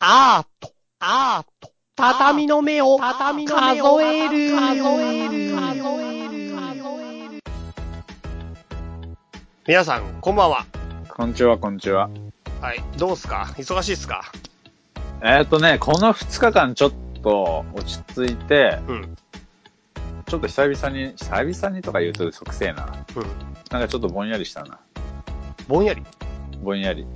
アート、アート、畳の目を、畳の目を数える、皆さん、こんばんは。こんにちは、こんにちは。はい、どうっすか忙しいっすかえっ、ー、とね、この2日間ちょっと落ち着いて、うん、ちょっと久々に、久々にとか言うと即せえな。うん。なんかちょっとぼんやりしたな。ぼんやり。ぼんやり。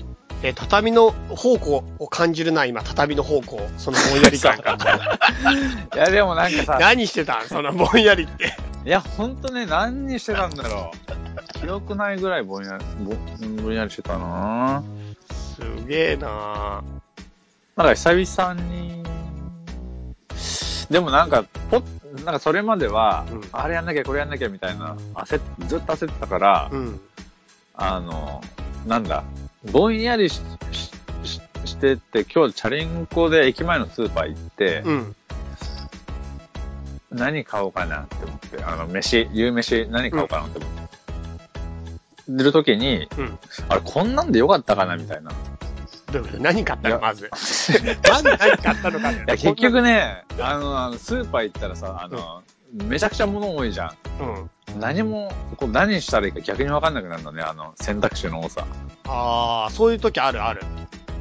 えー畳の方向を感じるな、今、畳の方向。 そのぼんやり感いや、でもなんかさ、何してたんそのぼんやりって。いや、ほんとね、何にしてたんだろう。記憶ないぐらいぼんやり、ぼぼんやりしてたなすげえなぁ。なんか久々に、でもなんか、ぽなんかそれまでは、うんあれやんなきゃ、これやんなきゃみたいな、焦っずっと焦ってたから、うん。あの、なんだ、ぼんやりししししてって、今日チャリンコで駅前のスーパー行って、うん。何買おうかなって思って、あの、飯、夕飯何買おうかなって思って、出るときに、うん。あれ、こんなんでよかったかなみたいな。いどういうこと何買ったいのやまず。まず 何買ったのかねや、結、局ね、あの、あのスーパー行ったらさ、あの、めちゃくちゃ物多いじゃん。うん。何も、こう何したらいいか逆に分かんなくなるのね、あの、選択肢の多さ。ああ、そういう時あるある。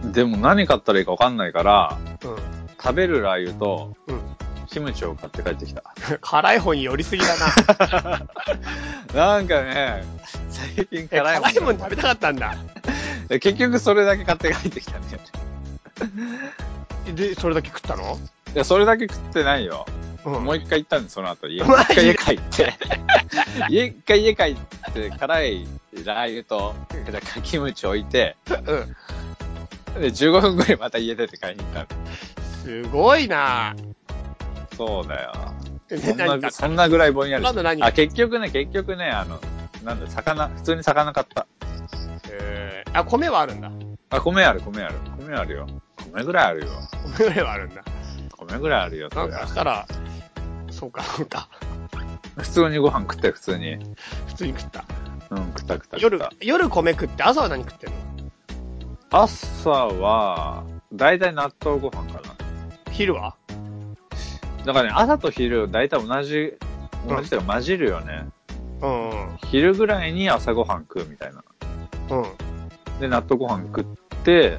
でも何買ったらいいか分かんないから、う食べるラー油とん。うん。キムチを買って帰ってきた。 辛い方に寄りすぎだな。なんかね、最近え辛いも 辛んいもん食べたかったんだ。え結局それだけ買って帰ってきたね。で、それだけ食ったのいや、それだけ食ってないよ。うん。もう一回行ったんで、その後家。もう マ一ジ回で家帰って。 家、一回家帰って、辛いラー油と、キムチ置いて、うん。で、15分ぐらいまた家出て買いに行ったすごいなの。そうだよ。でそん何買な、っそんなぐらいぼんやり今度何あ、結局ね、結局ね、あの、なんだ、魚、普通に魚買った。たえーあ、米はあるんだ。あ、米ある、米ある。米あるよ。米ぐらいあるよ。米はあるんだ。米ぐらいあるよ。そなんりゃかしたら、そうか、そうか。普通にご飯食って、普通に。うん、普通に食った。食った食った食っ夜た。、夜米食って朝は何食ってんの朝は、だいたい納豆ご飯かな。昼はだからね、朝と昼、だいたい同じ、うん同じというか混じるよね。うんうん。昼ぐらいに朝ご飯食うみたいな。うん。で、納豆ご飯食って、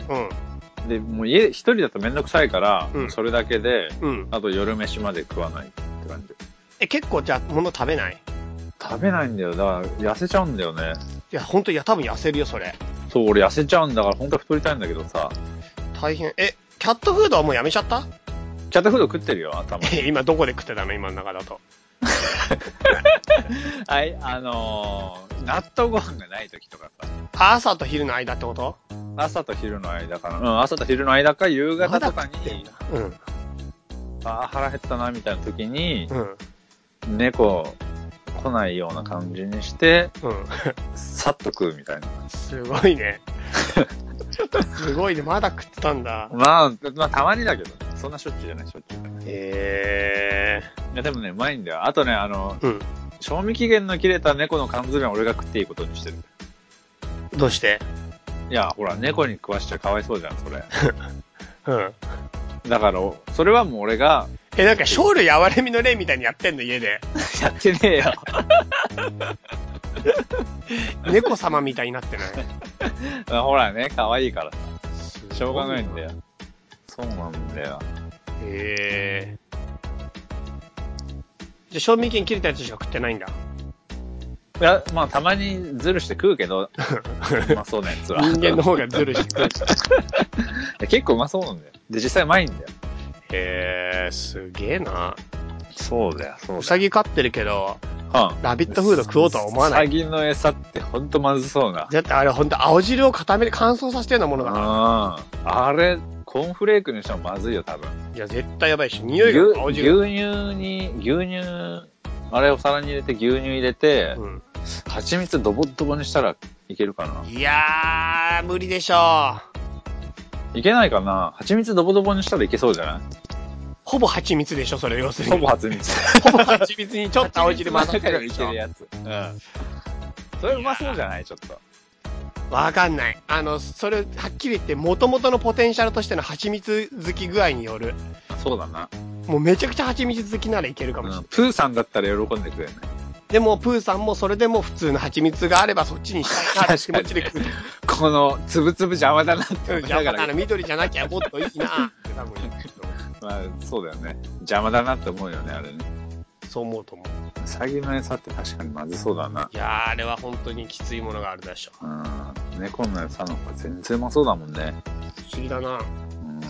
うん。で、もう家、一人だとめんどくさいから、うんそれだけで、うん。あと夜飯まで食わないって感じ。え、結構じゃあ物食べない食べないんだよ。だから、痩せちゃうんだよね。いや、ほんと、いや、多分痩せるよ、それ。そう、俺痩せちゃうんだから、本当は太りたいんだけどさ。大変。え、キャットフードはもうやめちゃった キャットフード食ってるよ、頭に。え今どこで食ってたの今の中だと。 はい、あのー、納豆ご飯がない時とかさ。朝と昼の間ってこと朝と昼の間かな。うん、朝と昼の間か、夕方とかに、うん。あー腹減ったな、みたいな時にう、ん。猫、来ないような感じにして、うん。さっと食うみたいな。すごい ね。すごいね。まだ食ってたんだ。まあ、まあ、たまにだけど、そんなしょっちゅうじゃない、しょっちゅう。へいや、でもね、うまいんだよ。あとね、あの、え。うん。賞味期限の切れた猫の缶詰は俺が食っていいことにしてる。どうしていや、ほら、猫に食わしちゃかわいそうじゃん、それ。うん。だから、それはもう俺が、え、なんか、生類哀れみの例みたいにやってんの、家 で。やってねえよ。猫様みたいになってない。ほらね、可愛いからさ。しょうがないんだよ。そうなんだよ。へえ。じゃあ、賞味期限切れたやつしか食ってないんだ。いや、まあ、たまにズルして食うけ ど、うまそうなやつは。人間のい方がズル して食う。や結構うまそうなんだよ。で、実際うまいんだよ。へえ、すげえな。そうだよ、そうウサギ飼ってるけど、はラビットフード食おうとは思わなウい。サギの餌ってほんとまずそうな。だってあれほんと青汁を固めて乾燥させてるようなものだかああれ、コーンフレークにしてもまずいよ、多分。ら。いや、絶対やばいし、牛匂いが青牛汁。乳に、牛乳、あれお皿に入れて牛乳入れて、うん、蜂蜜ドボドボにしたらいけるかないやー、無理でしょ。いけないかな蜂蜜ドボドボにしたらいけそうじゃないうほぼ蜂蜜でしょ、それ、要するに。ほぼ蜂 蜜。 ほぼ蜂蜜にちょっと青汁混ざってるでしょ。やつ。うん。それうまそうじゃないちょっと。わかんない。あの、それ、はっきり言って、元々のポテンシャルとしての蜂蜜好き具合による。そうだな。もうめちゃくちゃ蜂蜜好きならいけるかうもしれない。ん、プーさんだったら喜んでくれるね。でも、プーさんもそれでも普通の蜂蜜があればそっちにしたいなって気持ちで食う。この、つぶつぶ邪魔だなってう思んいじゃなあ、 がだからら、緑じゃなきゃもっといいなって多分言ってると思まあ、そうだよね。邪魔だなって思うよね、あれね。う そう思うと思う。うさぎの餌って確かにまずそうだな。いやー、あれは本当にきついものがあるでしょ。うん。猫の餌の方が全然うまそうだもんね。不思議だな。うん。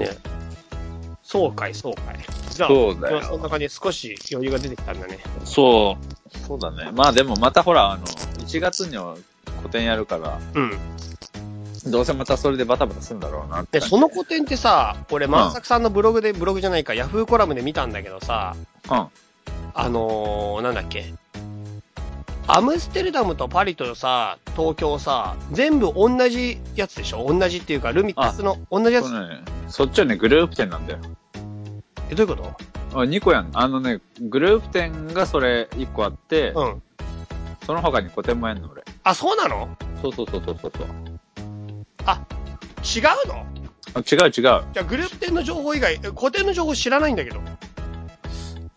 ね。そうかい、そうかい。じゃあ、そうだよまあそんな感じで少し余裕が出てきたんだね。そう。そうだね。まあでもまたほら、あの、1月には個展やるから、うん。どうせまたそれでバタバタするんだろうなってで、感じ。その古典ってさ、俺、万作さんのブログで、ブログじゃないか、ヤフーコラムで見たんだけどさ、うん。あのー、なんだっけ。アムステルダムとパリとさ、東京さ、全部同じやつでしょ同じっていうか、ルミックスの同じやつ。そうね、そっちはね、グループ展なんだよ。え、どういうこあ、2個やん。あのね、グループ展がそれ1個あって、とうん。その他に個展もやんの、俺。あ、そうなのそうそうそうそうそうそう。違うのあ違う違う。じゃあグループ展の情報以外、え古典の情報知らないんだけど。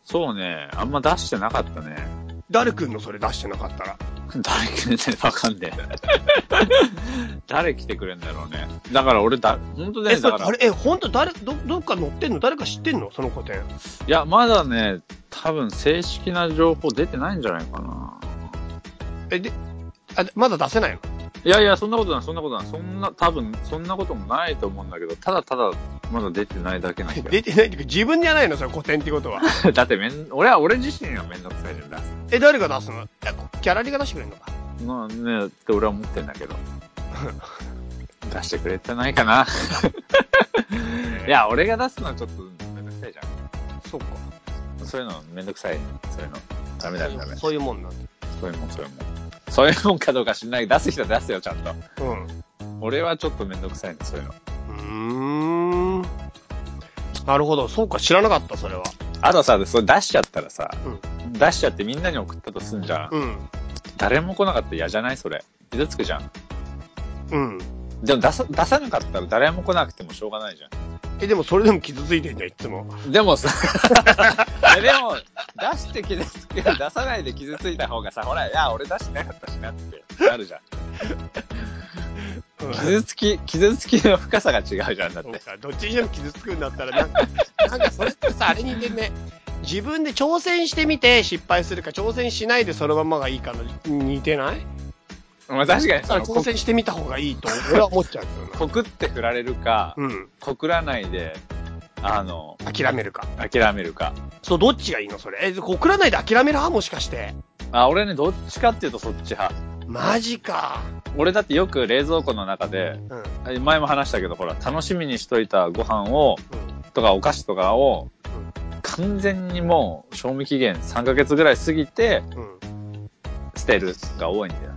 そうね、あんま出してなかったね。 誰くんのそれ出してなかったら。誰来てんわかんねえ。 誰来てくれんだろうね。だから俺だ、ほんとえ、ね、そだれ、から。あれ、え、ほんと誰、ど、どっか載ってんの誰か知ってんのその古典。いや、まだね、多分正式な情報出てないんじゃないかな。え、で、あ、まだ出せないのいやいや、そんなことない、そんなことない。そんな、多分、そんなこともないと思うんだけど、ただただ、まだ出てないだけなんだよ。出てないっていうか、自分じゃないのそれ古典って ことは。だってめん、俺は、俺自身はめんどくさいじゃんだ。え、誰が出すのえこギャラリーが出してくれるのか。まあね、って俺は思ってんだけ ど。出してくれてないかな。 いや、俺が出すのはちょっとめんどくさいじゃそうか。ん。そういうのめんどくさい。そういうの。ダメダメダメ。そそういうもんなんだ。ういうもん、そういうもん。そういうもんかどうか知んない。出す人は出すよ、ちゃんと。うん。俺はちょっとめんどくさいね、そういうの。うーん。なるほど。そうか、知らなかった、それは。あとさ、それ出しちゃったらさ、う出しちゃってみんなに送ったとすんじゃん。うん。誰誰も来なかったら嫌じゃないそれ。傷つくじゃん。うん。でも出さ出さなかったら誰も来なくてもしょうがないじゃん。え、でもそれでも傷ついてんじゃん、いつも。でもさ、えでも、出して傷つく、出さないで傷ついた方がさ、ほら、いや、俺出してなかったしなって、なるじゃん。うん。傷つき、傷つきの深さが違うじゃん、だっそうて。か、どっちにしても傷つくんだったら、なんか、なんかそれってさ、あれに似てんね。自分で挑戦してみて失敗するか、挑戦しないでそのままがいいかの似てないまあ確かにだかそらの、挑こ戦してみた方がいいと、俺は思っちゃうけど告って振られるか、な。うん。告らないで、あの、諦めるか。諦めるか。そう、どっちがいいのそれ。え、送らないで諦める派もしかして。あ、俺ね、どっちかっていうとそっち派。マジか。俺だってよく冷蔵庫の中で、うん。うん。前も話したけど、ほら、楽しみにしといたご飯を、とかお菓子とかを、完全にもう、賞味期限3ヶ月ぐらい過ぎて、うん。捨てるが多いんだよ。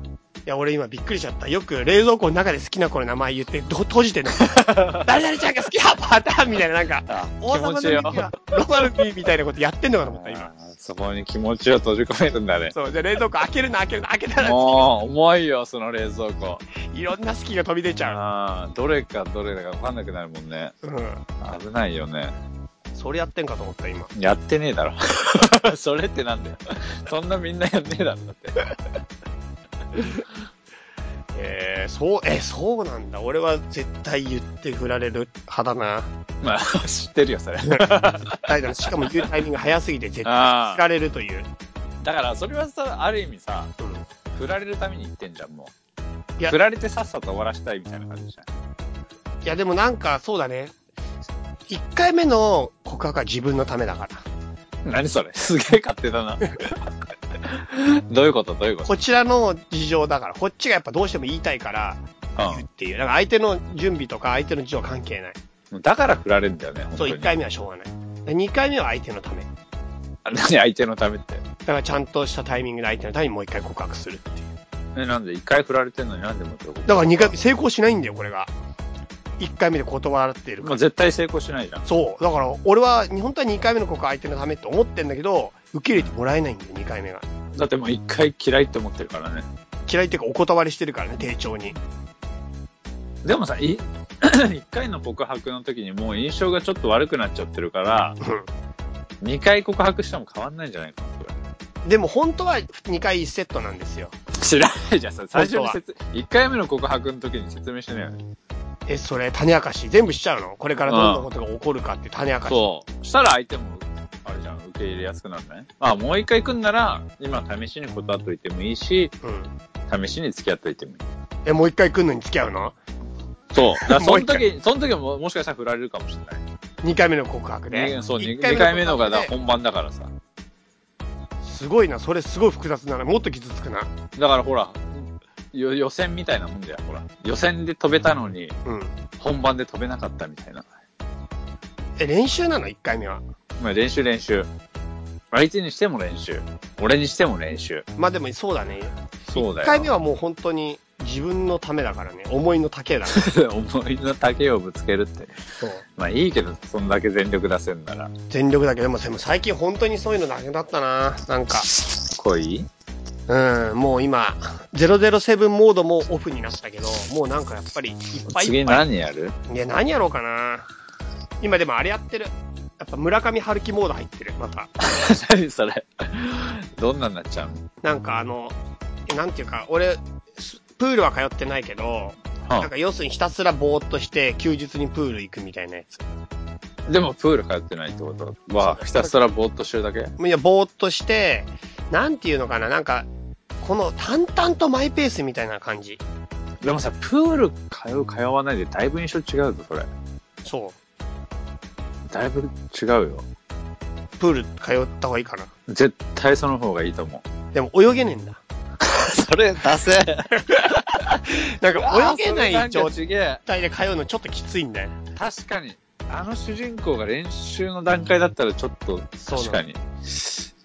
いや、俺今びっくりしちゃった。よく冷蔵庫の中で好きな子の名前言って、ど閉じてる 誰々ちゃんが好きなパターンみたいな、なんか、あ王様の耳はロマルピーみたいなことやってんのかと思った、今。そこに気持ちを閉じ込めるん だね。そう、じゃあ冷蔵庫開けるな、開けるな、開けたら、もう、重いよ、その冷蔵庫。いろんな好きが飛び出ちゃああ、どれかどれだか分かんなくなるもんね。う。うん。危ないよね。それやってんかと思った、今。やってねえだろ。 それってなんだよ。そんなみんなやんねえだろ、だって。えー、そう、え、そうなんだ。俺は絶対言って振られる派だな。まあ、知ってるよ、それ。大丈夫しかも言うタイミング早すぎて絶対振ああ。られるという。だから、それはさ、ある意味さ、うん。振られるために言ってんじゃん、も。いうや振られてさっさと終わらしたいみたいな感じじゃん。いや、でもなんか、そうだね。一回目の告白は自分のためだから。何それすげえ勝手だ な。どういうことどういうことこちらの事情だから、こっちがやっぱどうしても言いたいから、言うっていう。だから相手の準備とか相手の事情は関係ない。うん。だから振られるんだよね、本そ当う、に。一回目はしょうがない。で二回目は相手のため。だ何 相手のためって。からちゃんとしたタイミングで相手のためにもう一回告白するっていう。え、なんで一回振られてんのになんでもう一回だから二回目成功しないんだよ、これが。一回目で断られてるかまあら。絶対成功しないじゃん。そう。だから、俺は、本当は2回目の告白相手のためって思ってんだけど、受け入れてもらえないんだよ、2回目が。だってもう一回嫌いって思ってるからね。嫌いっていうかお断りしてるからね、丁重に。 でもさ、い 一回の告白の時にもう印象がちょっと悪くなっちゃってるから、二回告白しても変わんないんじゃないかな、それでも本当は2回1セットなんですよ。知らないじゃん、 さ最初に説、一回目の告白の時に説明してねえよね。え、それ、種明かし、全部しちゃうのこれからどんなことが起こるかって種明かし。そう。したら相手も、あれじゃん、受け入れやすくなるね。まあ、もう一回来んなら、今試しに断っといてもいいし、うん。試しに付き合っといてもいい。え、もう一回来んのに付き合うの そう。だからそのもう時、その時ももしかしたら振られるかもしれない。 ?2 回目の告白で。ね、そう、二一二回目のが告だ白で本番だからさ。すごいな、それすごい複雑だな。もっと傷つくな。だからほら、よ予選みたいなもんだよ、ほら。予選で飛べたのに、うん。本番で飛べなかったみたいな。え、練習なの ?1 回目は。まあ、練習練習。相手にしても練習。俺にしても練習。まあでもそうだね。そうだ1よ。回目はもう本当に自分のためだからね。思いの丈だ から。 思いの丈をぶつけるって。そう。まあいいけど、そんだけ全力出せんなら。全力だけど、でもでも最近本当にそういうのなくなったな。なんか。恋うん、もう今、007モードもオフになったけど、もうなんかやっぱりいっぱいい次っぱい。何やる いや、何やろうかな。今でもあれやってる。やっぱ村上春樹モード入ってる、また。何それ。どんなんなっちゃうの、なんかあの、なんていうか、俺、すプールは通ってないけど、なんか要するにひたすらぼーっとして、休日にプール行くみたいなやつ。うんでもプール通ってないってことは、ひたすらぼーっとしてるだけいや、ぼーっとして、なんていうのかな、なんか、この淡々とマイペースみたいな感じ。でもさ、プール通う、通わないでだいぶ印象違うぞ、それ。そだいぶ違うよ。う。プール通った方がいいかな。絶対その方がいいと思う。でも泳げねえんだ。 それ、出 せ。なんか泳げない状ちげ態で通うのちょっときついんだよ。確かに。あの主人公が練習の段階だったらちょっと、そうな確のかに。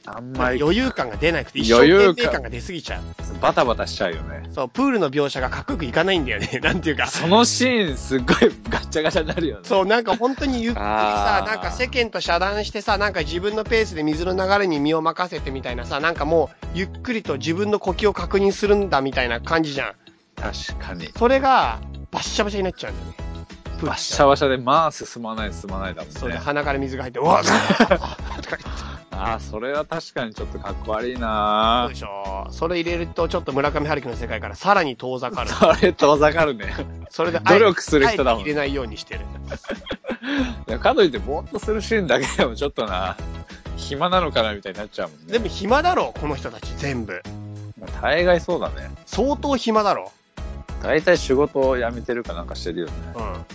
あんま余り、裕感が出なくて、一生余裕感懸命感が出すぎちゃう。バタバタしちゃうよね。そう、プールの描写がかっこよくいかないんだよね。 なんていうか。そのシーンすっごいガッチャガチャになるよね。そう、なんか本当にゆっくりさあ、ーなんか世間と遮断してさ、なんか自分のペースで水の流れに身を任せてみたいなさ、なんかもう、ゆっくりと自分の呼吸を確認するんだみたいな感じじゃん。確かに。それが、バッシャバシャになっちゃうんだよね。プールバッシャバシャで、まあ進まない進まないだもんね。そうで、鼻から水が入って、うわっとか言ってああ、それは確かにちょっとかっこ悪いそう なでしょ。それ入れると、ちょっと村上春樹の世界からさらに遠ざかる。それ遠ざかるね。それで、 努力する人だもあんえて入れないようにしてる。いやかといってぼーっとするシーンだけでもちょっとな、暇なのかなみたいになっちゃうもんね。でも暇だろ、この人たち全部。まあ大概そうだね。相当暇だろ。大体仕事を辞めてるかなんかしてるよね。うん。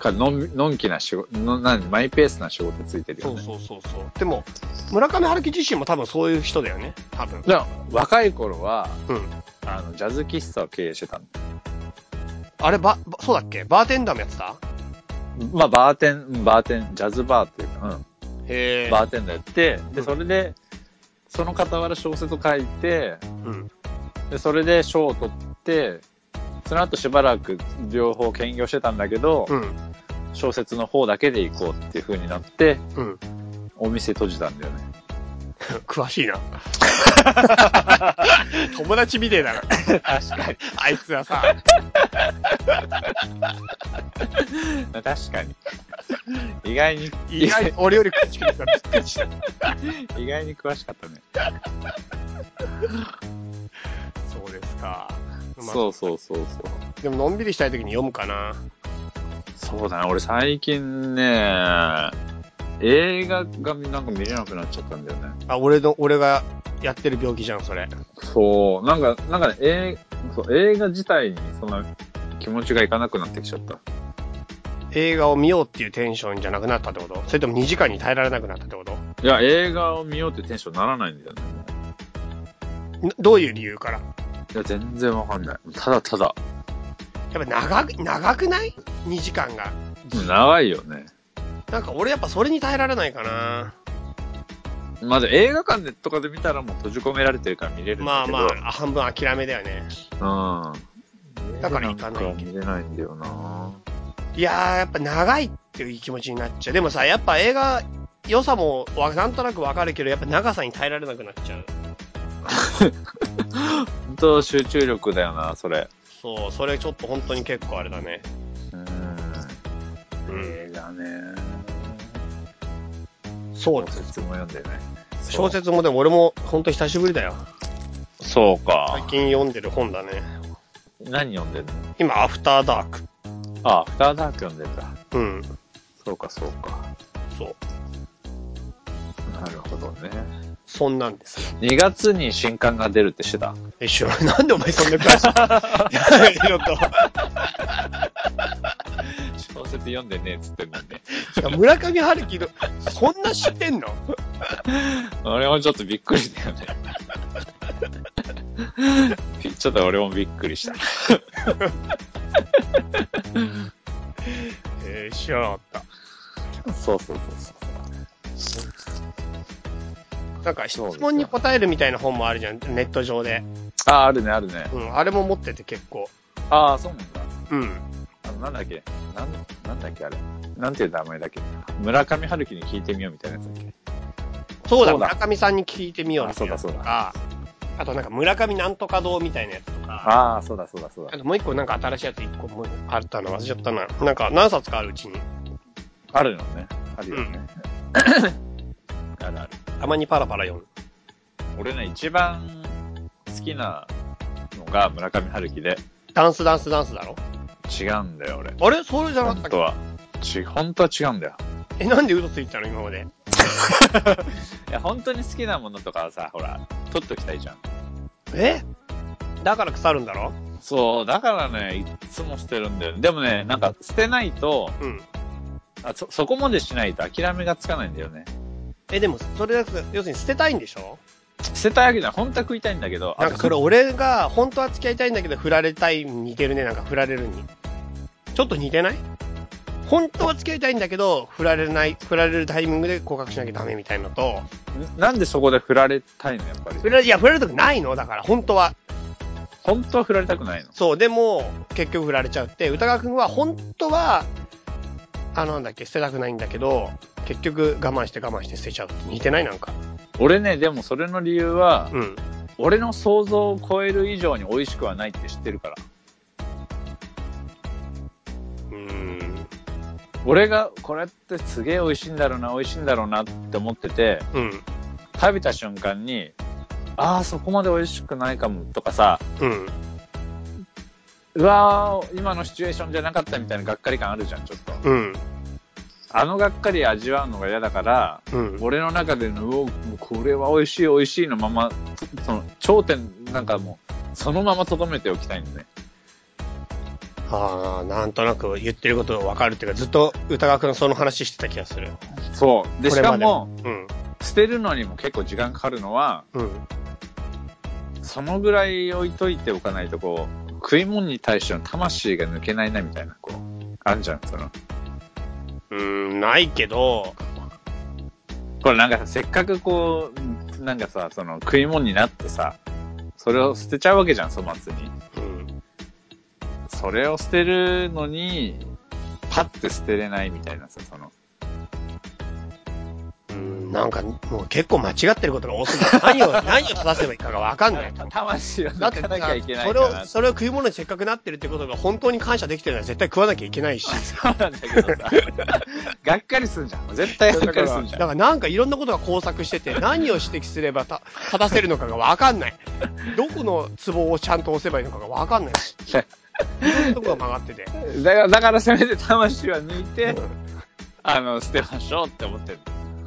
かのんのんきな仕事、のなマイペースな仕事ついてるそようね。そうそうそう。でも、村上春樹自身も多分そういう人だよね。多分。じゃあ、若い頃は、うん。あの、ジャズ喫茶を経営してたの。あれ、ば、ばそうだっけバーテンダーもやってたまあ、バーテン、うんバーテン、ジャズバーっていうか、うん。へえ。バーテンダーやって、うで、んそれで、その傍ら小説を書いて、うん。で、それで賞を取って、その後しばらく両方兼業してたんだけど、うん。小説の方だけで行こうっていう風になって、うん。お店閉じたんだよね。詳しいな。 友達みてえだな。確かあいつはさ。に。確かに。 意外に、意外に俺より詳しくてさ、びっくりした。意外に詳しかったね。そうですか。まあそうそうそうそう。でも、のんびりしたい時に読むかな。そうだね。俺最近ね、映画がなんか見れなくなっちゃったんだよね。あ、俺の、俺がやってる病気じゃん、それ。そう。なんか、なんかね、えーそう映画自体にそんな気持ちがいかなくなってきちゃった。映画を見ようっていうテンションじゃなくなったってことそれとも2時間に耐えられなくなったってこといや、映画を見ようってテンションならないんだよね。もうんどういう理由からいや、全然わかんない。ただただ。やっぱ長く、長くない ?2 時間が。長いよね。なんか俺やっぱそれに耐えられないかな。まあ、で映画館でとかで見たらもう閉じ込められてるから見れるんまだあけど。まあ、半分諦めだよね。まあ。うん。だから行かないんか見れないんだよないやー、やっぱ長いっていう気持ちになっちゃう。でもさ、やっぱ映画、良さもわなんとなくわかるけど、やっぱ長さに耐えられなくなっちゃう。本当集中力だよな、それ。そう、それちょっと本当に結構あれだね。うん。うん。映画ね。そう小説も読んでない。小説もでも俺も本当久しぶりだよ。そう最か。近読んでる本だね。何読んでんの今、アフターダーク。あ、アフターダーク読んでんだ。うん。そうか、そうか。そう。なるほどね。そんなんです。 2月に新刊が出るってしてた。一緒。なんでお前そんな詳しい いやちょっ小説読んでねえっつってんのにね。と。いや村上春樹の、そんな知ってんの俺もちょっとびっくりだよね。ちょっと俺もびっくりした。えー、知らなかった。そうそうそうそう。なんか質問に答えるみたいな本もあるじゃん、ネット上で。あ、あるね、あるね。うん、あれも持ってて結構。ああ、そうなんだ。うん。あの、なんだっけなん、なんだっけあれ。なんていう名前だっけ村上春樹に聞いてみようみたいなやつだっけそうだ、そうだ村上さんに聞いてみようみたいなやつとか、あとなんか村上なんとか堂みたいなやつとか、ああ、そうだそうだそうあだ。ともう一個なんか新しいやつ一個もうあったの忘れちゃったな。なんか何冊かあるうちに、あるのね。あるよね。あるある。たまにパラパラ読む。俺ね、一番好きなのが村上春樹で、ダンスダンスダンスだろ違うんだよ、俺。あれそれじゃなか本ったっ当は。ち、本当は違うんだよ。けえ、なんで嘘ついてたの今まで。いや、本当に好きなものとかはさ、ほら、取っときたいじゃん。えだから腐るんだろそう、だからね、いっつも捨てるんだよ。でもね、なんか捨てないと、うん。あそ、そこまでしないと諦めがつかないんだよね。え、でも、それだと、要するに捨てたいんでしょ捨てたいわけじゃない。本当は食いたいんだけど、なんかそれ俺が、本当は付き合いたいんだけど、振られたいに似てるね、なんか振られるに。ちょっと似てない本当は付き合いたいんだけど、振られない、振られるタイミングで告白しなきゃダメみたいのと、んなんでそこで振られたいの、やっぱり振。られ、いや、振られたくないのだから、本当は。本当は振られたくないの。そう、でも、結局振られちゃうって、歌川くんは本当は、あの、なんだっけ、捨てたくないんだけど、結局我慢して我慢して捨てちゃうって似てないなんか。俺ね、でもそれの理由は、うん。俺の想像を超える以上に美味しくはないって知ってるから。うーん。俺が、これってすげえ美味しいんだろうな、美味しいんだろうなって思ってて、うん。食べた瞬間に、ああ、そこまで美味しくないかもとかさ、うん。うわー、今のシチュエーションじゃなかったみたいながっかり感あるじゃん、ちょっと。うん。あのがっかり味わうのが嫌だから、うん。俺の中での、うおもうこれは美味しい、美味しいのまま、その、頂点、なんかもう、そのまま留めておきたいのね。ああ、なんとなく言ってることわかるっていうか、ずっと歌川くんはその話してた気がする。そう。で、こしれかまでも、うん。捨てるのにも結構時間かかるのは、うん。そのぐらい置いといておかないと、こう、食い物に対しての魂が抜けないな、みたいな、こう、あんじゃん、その。うーん、ないけど、これなんかさ、せっかくこう、なんかさ、その、食い物になってさ、それを捨てちゃうわけじゃん、粗末に。うん。それを捨てるのに、パッて捨てれないみたいなさ、その。うん、なんか、もう結構間違ってることが多すぎて、何を、何を正せばいいかがわかんない。魂をだ抜ってかなきゃいけないそかれらを、。それを食い物にせっかくなってるってことが本当に感謝できてるなら絶対食わなきゃいけないし。そうなんだけどさ。 がっかりすんじゃん。絶対がっだかかりすら、んじだゃかん。らなんかいろんなことが交錯してて、何を指摘すればた正せるのかがわかんない。どこのツボをちゃんと押せばいいのかがわかんないし。いろんなとこが曲がってて。だから、だからせめて魂は抜いて、あの、捨てましょうって思ってる。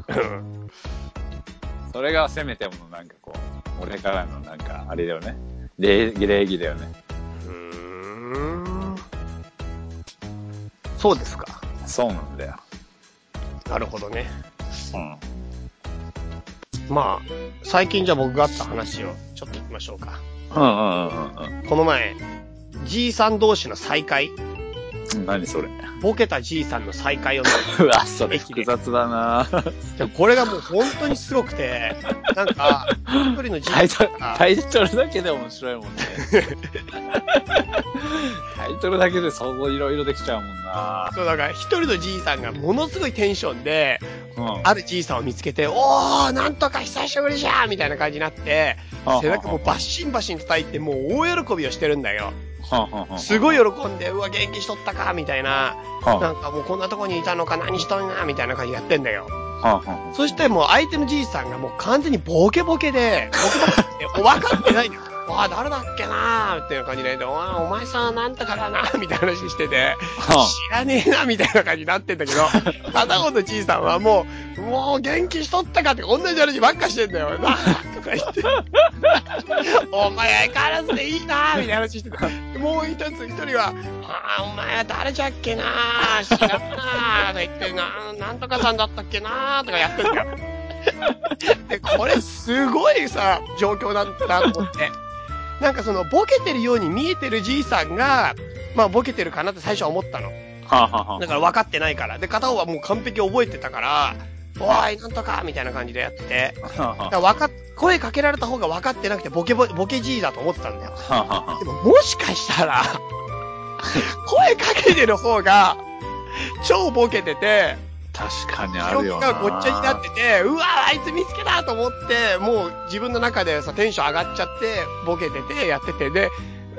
うんそれがせめてものなんかこう、俺からのなんか、あれだよね。礼儀礼儀だよね。うーんそうですか。そうなんだよ。なるほどね。うん。まあ、最近じゃあ僕があった話をちょっと行きましょうか。うんうんうんうんこの前、G さん同士の再会、うん。何それ。ボケた G さんの再会をね、うわ、それ 複雑だなでこれがもう本当にすごくて、なんか、一人の G タイさトんル、が、タイトルだけで面白いもんね。 タイトルだけで想像いろいろできちゃうもんなそうだから一人の G さんがものすごいテンションで、うんあるじいさんを見つけて、おー、なんとか久しぶりじゃんみたいな感じになって、背中もバッシンバシン叩いて、もう大喜びをしてるんだよ。すごいよ。喜んで、うわ、元気しとったかみたいな、はあなんかもうこんなとこにいたのか、何しとんなみたいな感じやってんだよ。はあはあそしてもう相手のじいさんがもう完全にボケボケで、ボケボケって、分かってないんだよ。わあ、誰だっけなーっていう感じで、おわお前さんなんとかだなーみたいな話してて、は知らねえなみたいな感じになってんだ けど、片方のじいさんはもう、もう元気しとったかって同じ話ばっかしてんだよ。なーとか言 って、お前相変わらずでいいなーみたいな話してて、もう一つ一人は、あーお前は誰じゃっけなー知らんなーとか言って、ななんとかさんだったっけなーとかやってんだよ。で、これすごいさ、状況なんだなと思って。なんかその、ボケてるように見えてるじいさんが、まあ、ボケてるかなって最初は思ったの。あはあはだから分かってないから。で、片方はもう完璧覚えてたから、おい、なんとかみたいな感じでやってて。あはあだから分かっ、声かけられた方が分かってなくて、ボケボ、ボケじいだと思ってたんだよ。はあはあでも、もしかした ら、声かけてる方が、超ボケてて、確かにあ記録るよがな。ごっちゃになってて、うわー、あいつ見つけたと思って、もう自分の中でさ、テンション上がっちゃって、ボケてて、やってて、で、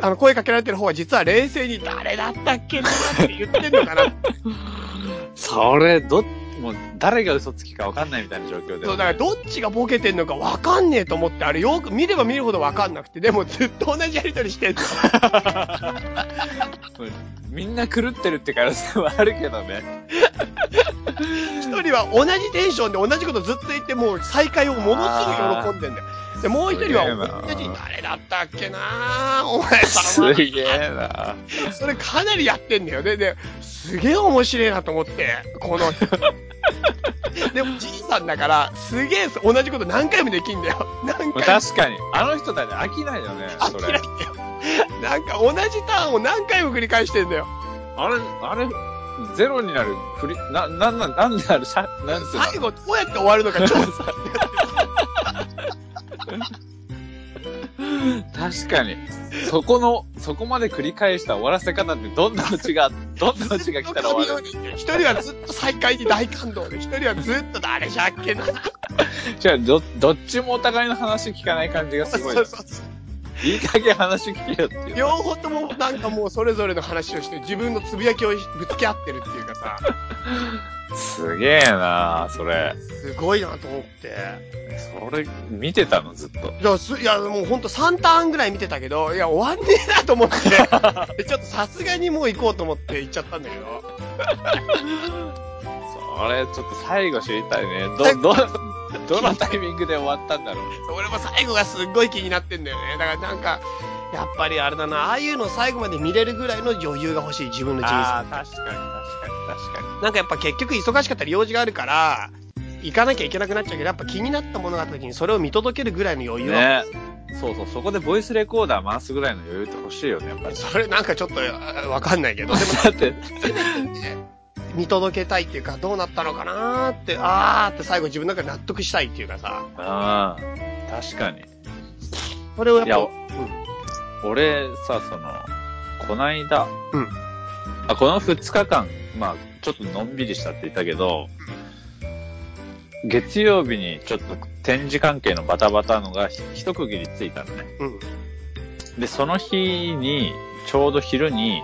あの、声かけられてる方は実は冷静に誰だったっけなって言ってんのかな って。それ、ど、もう、誰が嘘つきか分かんないみたいな状況で。そう、だからどっちがボケてんのかわかんねえと思って、あれよく見れば見るほどわかんなくて、でもずっと同じやりとりしてんの。もうみんな狂ってるって可能性はあるけど ね。一人は同じテンションで同じことずっと言って、もう再会をものすごい喜んでんだよ。で、もう一人は同じ、誰だったっけなお前すさんは。げえな。それかなりやってんだよね。ですげえ面白いなと思って、この。 でも、じいさんだから、すげえ同じこと何回もできんだよ。何もう回も。確かに、あの人たち飽きないよね、そ飽きなれい。んだよ。なんか同じターンを何回も繰り返してんだよ。あれ、あれ、ゼロになる、振り、な、なんなん、なんである、しゃ、なんつうの最後、どうやって終わるのか超さ、確かに。そこの、そこまで繰り返した終わらせ方って、どんなオチが、どんなオチが来たら終わる。一人はずっと再会に大感動で、一人はずっと誰じゃっ けな。じゃあ、ど、どっちもお互いの話聞かない感じがすごいそう。そうそう。いい加減話聞けよっていう。両方ともなんかもうそれぞれの話をして、自分のつぶやきをぶつけ合ってるっていうかさ、すげえなそれ。すごいなと思って。それ、見てたの、ずっと。いや、すいやもうほんと3ターンぐらい見てたけど、いや、終わんねえなと思って、 でちょっとさすがにもう行こうと思って行っちゃったんだけど、それ、ちょっと最後知りたいね。ど、ど、どのタイミングで終わったんだろ う。俺も最後がすっごい気になってんだよね。だからなんか、やっぱりあれだな、ああいうの最後まで見れるぐらいの余裕が欲しい、自分の人生。あー、確かに、確かに、なんかやっぱ結局忙しかったり用事があるから、行かなきゃいけなくなっちゃうけど、やっぱ気になったものがあった時にそれを見届けるぐらいの余裕は、確かに。ねそうそう、そこでボイスレコーダー回すぐらいの余裕って欲しいよね、やっ ぱり。それなんかちょっとあわかんないけど、でもだって、見届けたいっていうか、どうなったのかなーって、あーって最後自分の中で納得したいっていうかさ、ああ、確かに。それをやっいやぱ、俺、さ、その、こないだ、うんあ、この2日間、まあ、ちょっとのんびりしたって言ったけど、月曜日にちょっと展示関係のバタバタのがひ一区切りついたのね。うん、うん、で、その日に、ちょうど昼に、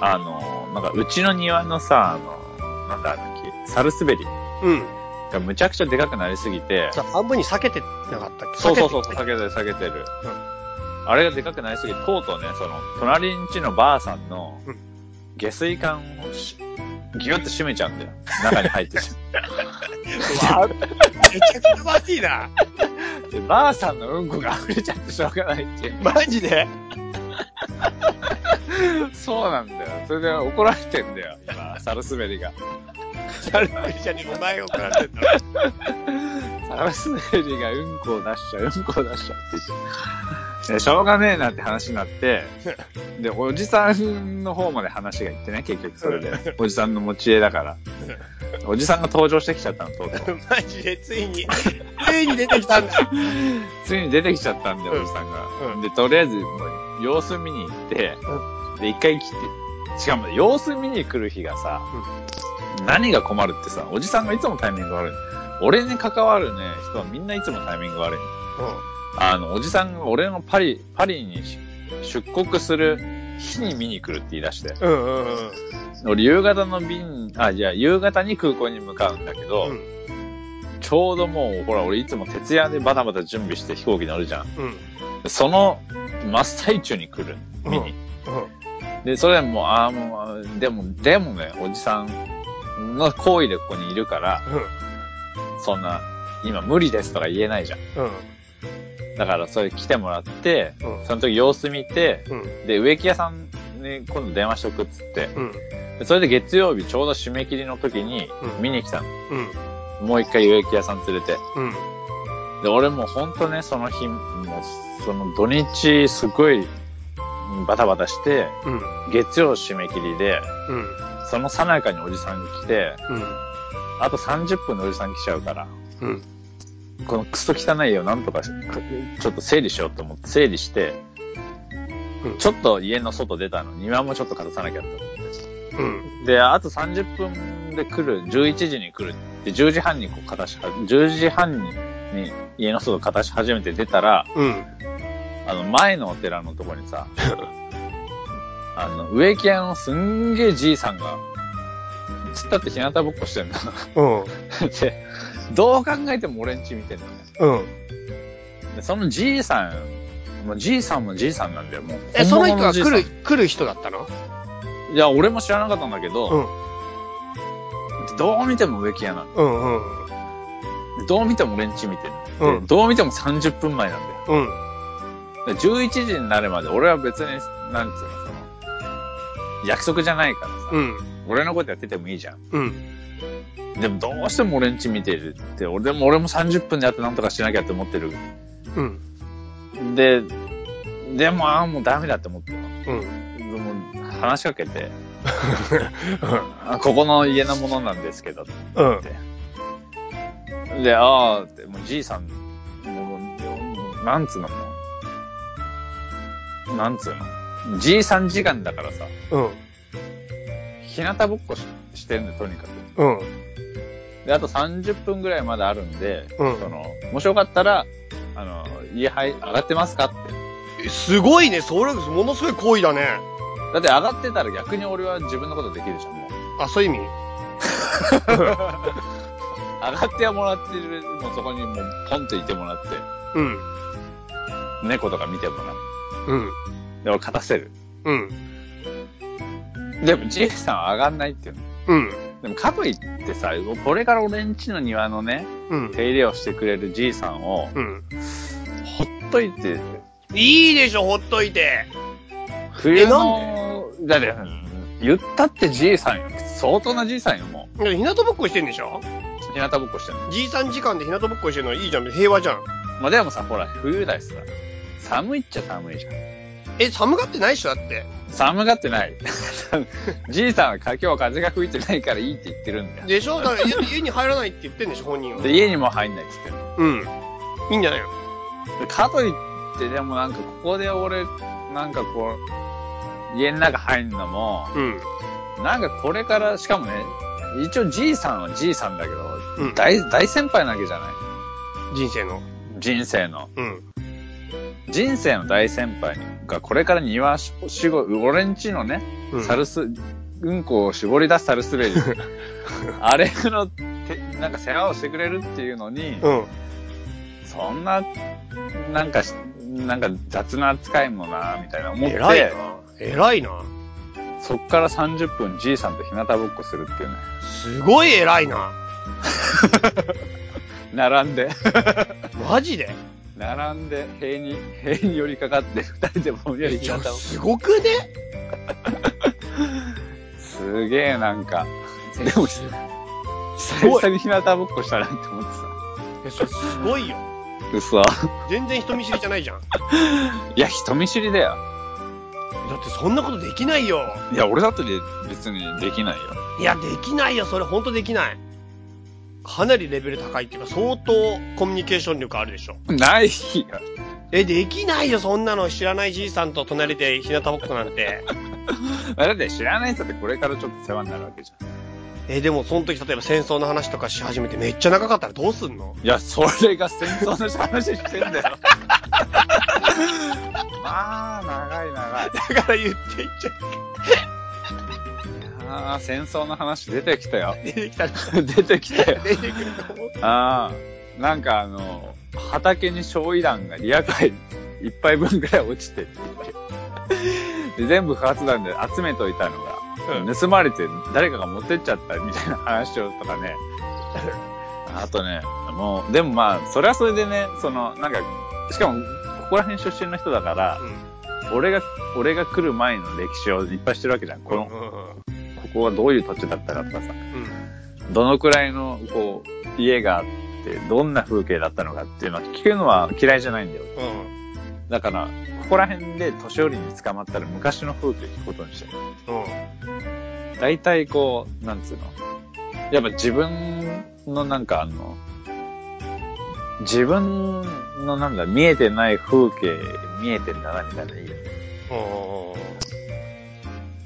あの、なんか、うちの庭のさ、あの、なんだ、あの木、サルスベリうん、うん。がむちゃくちゃでかくなりすぎて、じゃあ半分に避けてなかったっけそうそうそう、避け避てけてる、避けてる。うあれがでかくなりすぎて、とうとうね、その、隣んちのばあさんのうん、下水管をし、ぎゅって閉めちゃうんだよ。中に入ってし うわめちゃくちゃマジいな。まって、ばあさんのうんこが溢れちゃってしょうがないっていう。マジで そうなんだよ。それで怒られてんだよ、今、サルスベリが。サルじゃねお前が怒られてんだ。サルスベリがうんこを出しちゃう、うんこを出しちゃうって言って。でしょうがねえなって話になって、で、おじさんの方まで話がいってね、結局それで。おじさんの持ち家だから。おじさんが登場してきちゃったの、とうとう。マジで、ついに、ついに出てきたんだ。ついに出てきちゃったんだよ、うんおじさんが。うんで、とりあえず、もう、様子見に行って、で、一回来て、しかも、様子見に来る日がさ、何が困るってさ、おじさんがいつもタイミング悪い。俺に関わるね、人はみんないつもタイミング悪い。あの、おじさんが俺のパリ、パリに出国する日に見に来るって言い出して。うんうんうんうん。俺、夕方の便、あ、じゃあ、夕方に空港に向かうんだけど、うんちょうどもう、ほら、俺いつも徹夜でバタバタ準備して飛行機乗るじゃん。うん。その真っ最中に来る。見に。うで、それはもう、ああ、もう、でも、でもね、おじさんの行為でここにいるから、ん。そんな、今無理ですとか言えないじゃん。うん。だから、それ来てもらって、うん。その時様子見て、うん。で、植木屋さんに今度電話しとくっつって、うん。でそれで月曜日ちょうど締め切りの時にうん見に来たの。うん。もう一回植木屋さん連れて。うん。で、俺もうほんとね、その日、もう、その土日すごいうんバタバタして、うん。月曜締め切りで、うん。その最中におじさん来て、うん。あと30分のおじさん来ちゃうから、うん。このクソ汚い家をなんとかしかちょっと整理しようと思って整理して、うんちょっと家の外出たの。庭もちょっと片さなきゃと思って。うん。で、あと30分で来る、11時に来るって、10時半にこう片し、10時半にに家の外片し始めて出たら、うん。あの前のお寺のとこに さ、あの植木屋のすんげえじいさんが、つったって日向ぼっこしてんの。うん。で、どう考えても俺んち見てんのね。うん。で、そのじいさん、もうじいさんもじいさんなんだよ、もう。え、その人は来本物のるじい、来る人だったのさんいや、俺も知らなかったんだけうど、ん。どう見ても植木屋なの。うん。うん。でどう見ても俺んち見てうる。でん。どう見ても30分前なんだよ。うん。で11時になるまで俺は別に、なんつうの、その、約束じゃないからさ、うん。俺のことやっててもいいじゃん。うん。でもどうしても俺んち見てるって、俺でも俺も30分でやってなんとかしなきゃって思ってる。うん。で、でもああ、もうダメだって思ってるの。うん。でも話しかけて、あここの家のものなんですけど。うん。で、ああ、って、もうじいさん、もう、なんつうのもう、なんつうの。じいさん時間だからさ、うん。日向ぼっこししてんの、とにかく。うん。で、あと30分ぐらいまだあるんで、うんその、もしよかったら、あの、家はい上がってますかって。えすごいね。それ、ものすごい行為だね。だって上がってたら逆に俺は自分のことできるじゃん、もう。あ、そういう意味 上がってはもらってる、もうそこにもうポンといてもらって、うん。猫とか見てもらって。うん。で、俺勝たせる。うん。でも、じいさんは上がんないっていうの。うん。でも、かといってさ、これから俺んちの庭のね、うん。手入れをしてくれるじいさんを、うん。ほっといて、いいでしょ、ほっといて。冬の、だって、言ったってじいさんよ。相当なじいさんよ、もいや日向ぼっこしてんでしょう。日向ぼっこしてるの。じいさん時間で日向ぼっこしてるのいいじゃん。平和じゃん。まあ、でもさ、ほら、冬だしさ、寒いっちゃ寒いじゃん。え、寒がってないっしょだって。寒がってない。 じいさんは今日は風が吹いてないからいいって言ってるんだよ。でしょだから 家家に入らないって言ってんでしょ、本人は。で、家にも入んないって言ってうるん。いいんじゃないのでかといって、でもなんかここで俺、なんかこう、家の中入んのも、うん。なんかこれから、しかもね、一応じいさんはじいさんだけど、うん大、大先輩なわけじゃない人生の。人生の。うん。人生の大先輩がこれから庭し、しご、俺んちのね、うん。サルス、うんこを絞り出すサルス ベリ。あれのて、なんか世話をしてくれるっていうのに、うん。そんな、なんかし、なんか雑な扱いもな、みたいな思って。偉いな。偉いな。そっから30分じいさんと日向ぼっこするっていうね。すごい偉いな。並んで、 マジで並んで、塀に、塀に寄りかかって、二人でぼんやりい日向やぼっこ。すごくねすげえなんか、でも、久ごい々に日向ぼっこしたなって思ってえそれすごいよ。た。嘘。全然人見知りじゃないじゃん。だいや、人見知りだよ。ってそんなことできないよ。いや、俺だって別にできないよ。いや、できないよ。それほんとできない。かなりレベル高いっていうか、相当コミュニケーション力あるでしょ。 ないよ。え、できないよ、そんなの。知らないじいさんと隣で日向ぼっこなんて。だって知らない人ってこれからちょっと世話になるわけじゃん。えでもその時例えば戦争の話とかし始めてめっちゃ長かったらどうすんのいや、それが戦争の話してんだよ。 まあ、長い長い。だから言っていっちゃああ、戦争の話出てきたよ。 出てきたら出てきたよ。出てくると思うああ、なんかあの、畑に焼夷弾がリアカイ1杯分ぐらい落ちてってで全部不発弾で集めといたのが、盗まれて誰かが持ってっちゃったみたいな話をとかね。 あとね、もう、でもまあ、それはそれでね、その、なんか、しかも、ここら辺出身の人だから、俺が、俺が来る前の歴史をいっぱいしてるわけじゃん。この、うこんうんうんこはどういう土地だったかとかうさ、んどのくらいの、こう、家があって、どんな風景だったのかっていうのは聞くのは嫌いじゃないんだよ。うんだから、ここら辺で年寄りに捕まったら昔の風景聞くことにしてる。うん大体こう、なんつうの。やっぱ自分のなんかあの、自分のなんだ、見えてない風景見えてんだなみたいな、いいよね。うん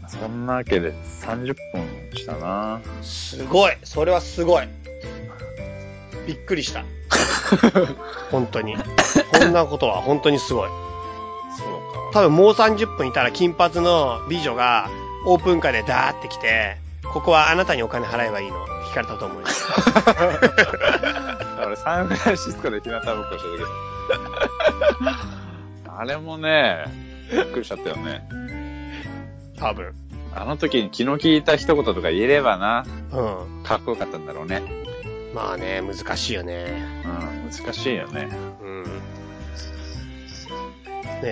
そんなわけで30分したなすごいそれはすごいびっくりした本当にこんなことは本当にすごいそうか。多分もう30分いたら金髪の美女がオープンカーでダーって来て、ここはあなたにお金払えばいいの聞かれたと思います。俺サンフランシスコで日向ぼっこしてたけど。 あれもね、びっくりしちゃったよね。多分。あの時に気の利いた一言とか言えればな、うん。かっこよかったんだろうね。まあね、難しいよね。うん、難しいよね。うん。ね、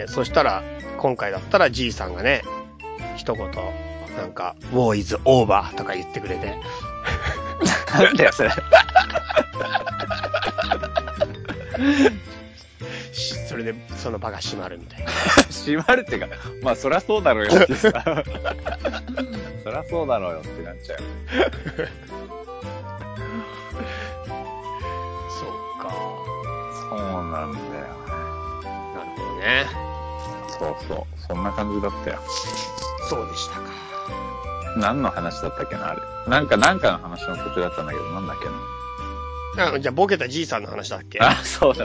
そしたら、今回だったらじいさんがね、一言、なんか、war is over とか言ってくれて、なんだよ、それ。しそれでその場が閉まるみたいな。閉まるってか、まあそりゃそうだろう よってさ。そりゃそうだろうよってなっちゃう。そうか。そうなんだよ。なるほどね。そうそう。そんな感じだったよ。そうでしたか。何の話だったっけな、あれ。なんか、なんかの話の途中だったんだけど、なんだっけな。あじゃあ、ボケたじいさんの話だっけあ、そうだ。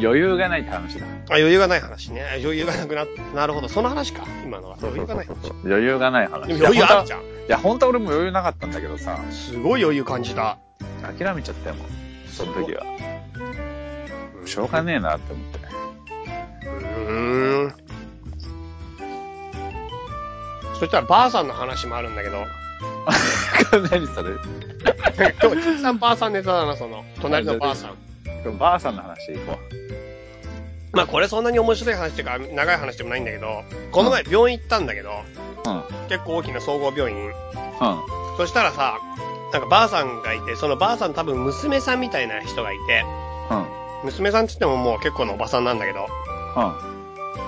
余裕がないって話だ。あ、余裕がない話ね。余裕がなくなっなるほど。その話か。今のは。余裕がない そう話そう。そう余裕がないで話。も余裕あるいじゃん。や、本当は俺も余裕なかったんだけどさ、すごい余裕感じた。諦めちゃったよ、もう。その時は。うんしょうがねえなって思って。うーん。そしたら、ばあさんの話もあるんだけど。 何それ今日、じいさんばあさんネタだな、その。隣のばあさん。ばあさんの話行こまあ、これそんなに面白い話っていうか、長い話でもないんだけど、この前病院行ったんだけど、う。うん。うん。結構大きな総合病院。そしたらさ、なんかばあさんがいて、そのばあさん多分娘さんみたいな人がいて、うん。娘さんって言ってももう結構なおばさんなんだけど、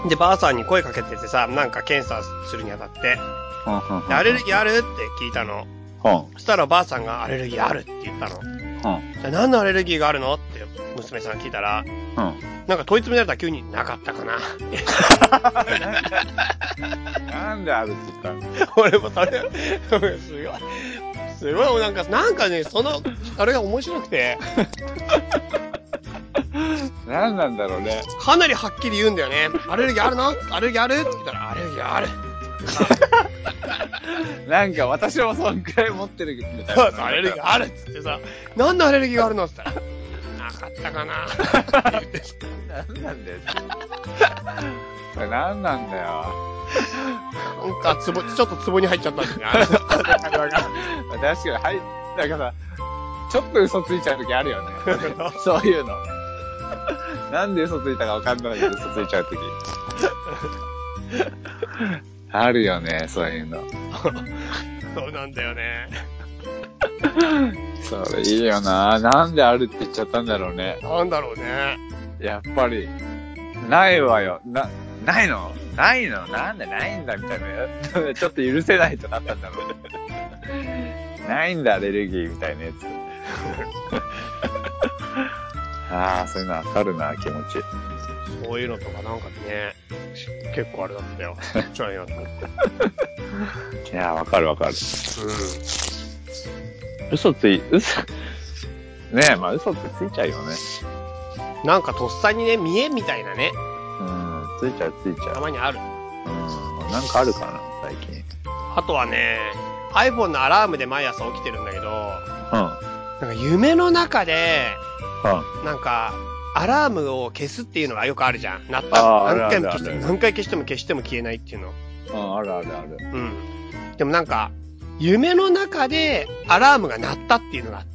うん。で、ばあさんに声かけててさ、なんか検査するにあたって、でアレルギーあるって聞いたの。うん。そしたらばあさんがアレルギーあるって言ったの。うん。じゃあ何のアレルギーがあるのって娘さん聞いたら、うん。なんか問い詰められたら急になかったかな。 なんであるって言ったの俺もそれ、 すごい、すごい、なんか、なんかね、その、あれが面白くて、なんなんだろうね。かなりはっきり言うんだよね。アレルギーあるのアレルギーあるって聞いたら、アレルギーある。 なんか私もそんくらい持ってるみたいな。そうそう、アレルギーあるっつってさ、何のアレルギーがあるのって言ったら、うんなかったかなって言ってさなんなんだよ。それなんなんだよ。 なんか、つぼ、ちょっと壺に入っちゃったんだよね。 あれが確かに、はい、なんかさ、ちょっと嘘ついちゃう時ある よね。そういうの。なんで嘘ついたかわかんないけど、嘘ついちゃう時。 あるよね、そういうの。そうなんだよね。それいいよな。なんであるって言っちゃったんだろうね。なんだろうね。やっぱり、ないわよ。な、ないのないのなんでない んだみたいな。ちょっと許せないとなったんだ ろうね。ないんだ、アレルギーみたいなやつ。 ああ、そういうのわかるな、気持ち。そういうのとかなんかね、結構あれだったよ。ちっちゃいなと思って。いやー、わかるわかる。うん。嘘つい、嘘。ねえ、まあ嘘ってついちゃうよね。なんかとっさにね、見えみたいなね、うん、ついちゃうついちゃたう。まにある。うん、なんかあるかな、最近。あとはね、iPhone のアラームで毎朝起きてるんだけど、うん、なんか夢の中で、うん。なんか、アラームを消すっていうのがよくあるじゃん。鳴っあーたあ何るあ回るも消しても、ある何回消しても消しても消えないっていうの。うん、あるあるある。うん。でもなんか、夢の中でアラームが鳴ったっていうのがあって。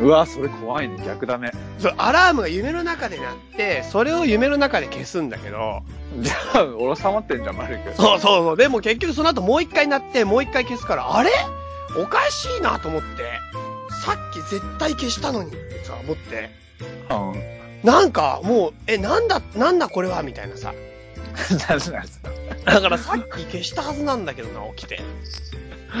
うわ、それ怖いね。逆だね。そう、アラームが夢の中で鳴って、それを夢の中で消すんだけど、じゃあ、おろさまってんじゃん、マルク。そうそうそう。でも結局その後もう一回鳴って、もう一回消すから、あれおかしいなと思って、さっき絶対消したのにってさ、思って。 うん。なんかもう、え、なんだ、なんだこれはみたいなさ。何なんすかだ からさっき消したはずなんだけどな、起きて。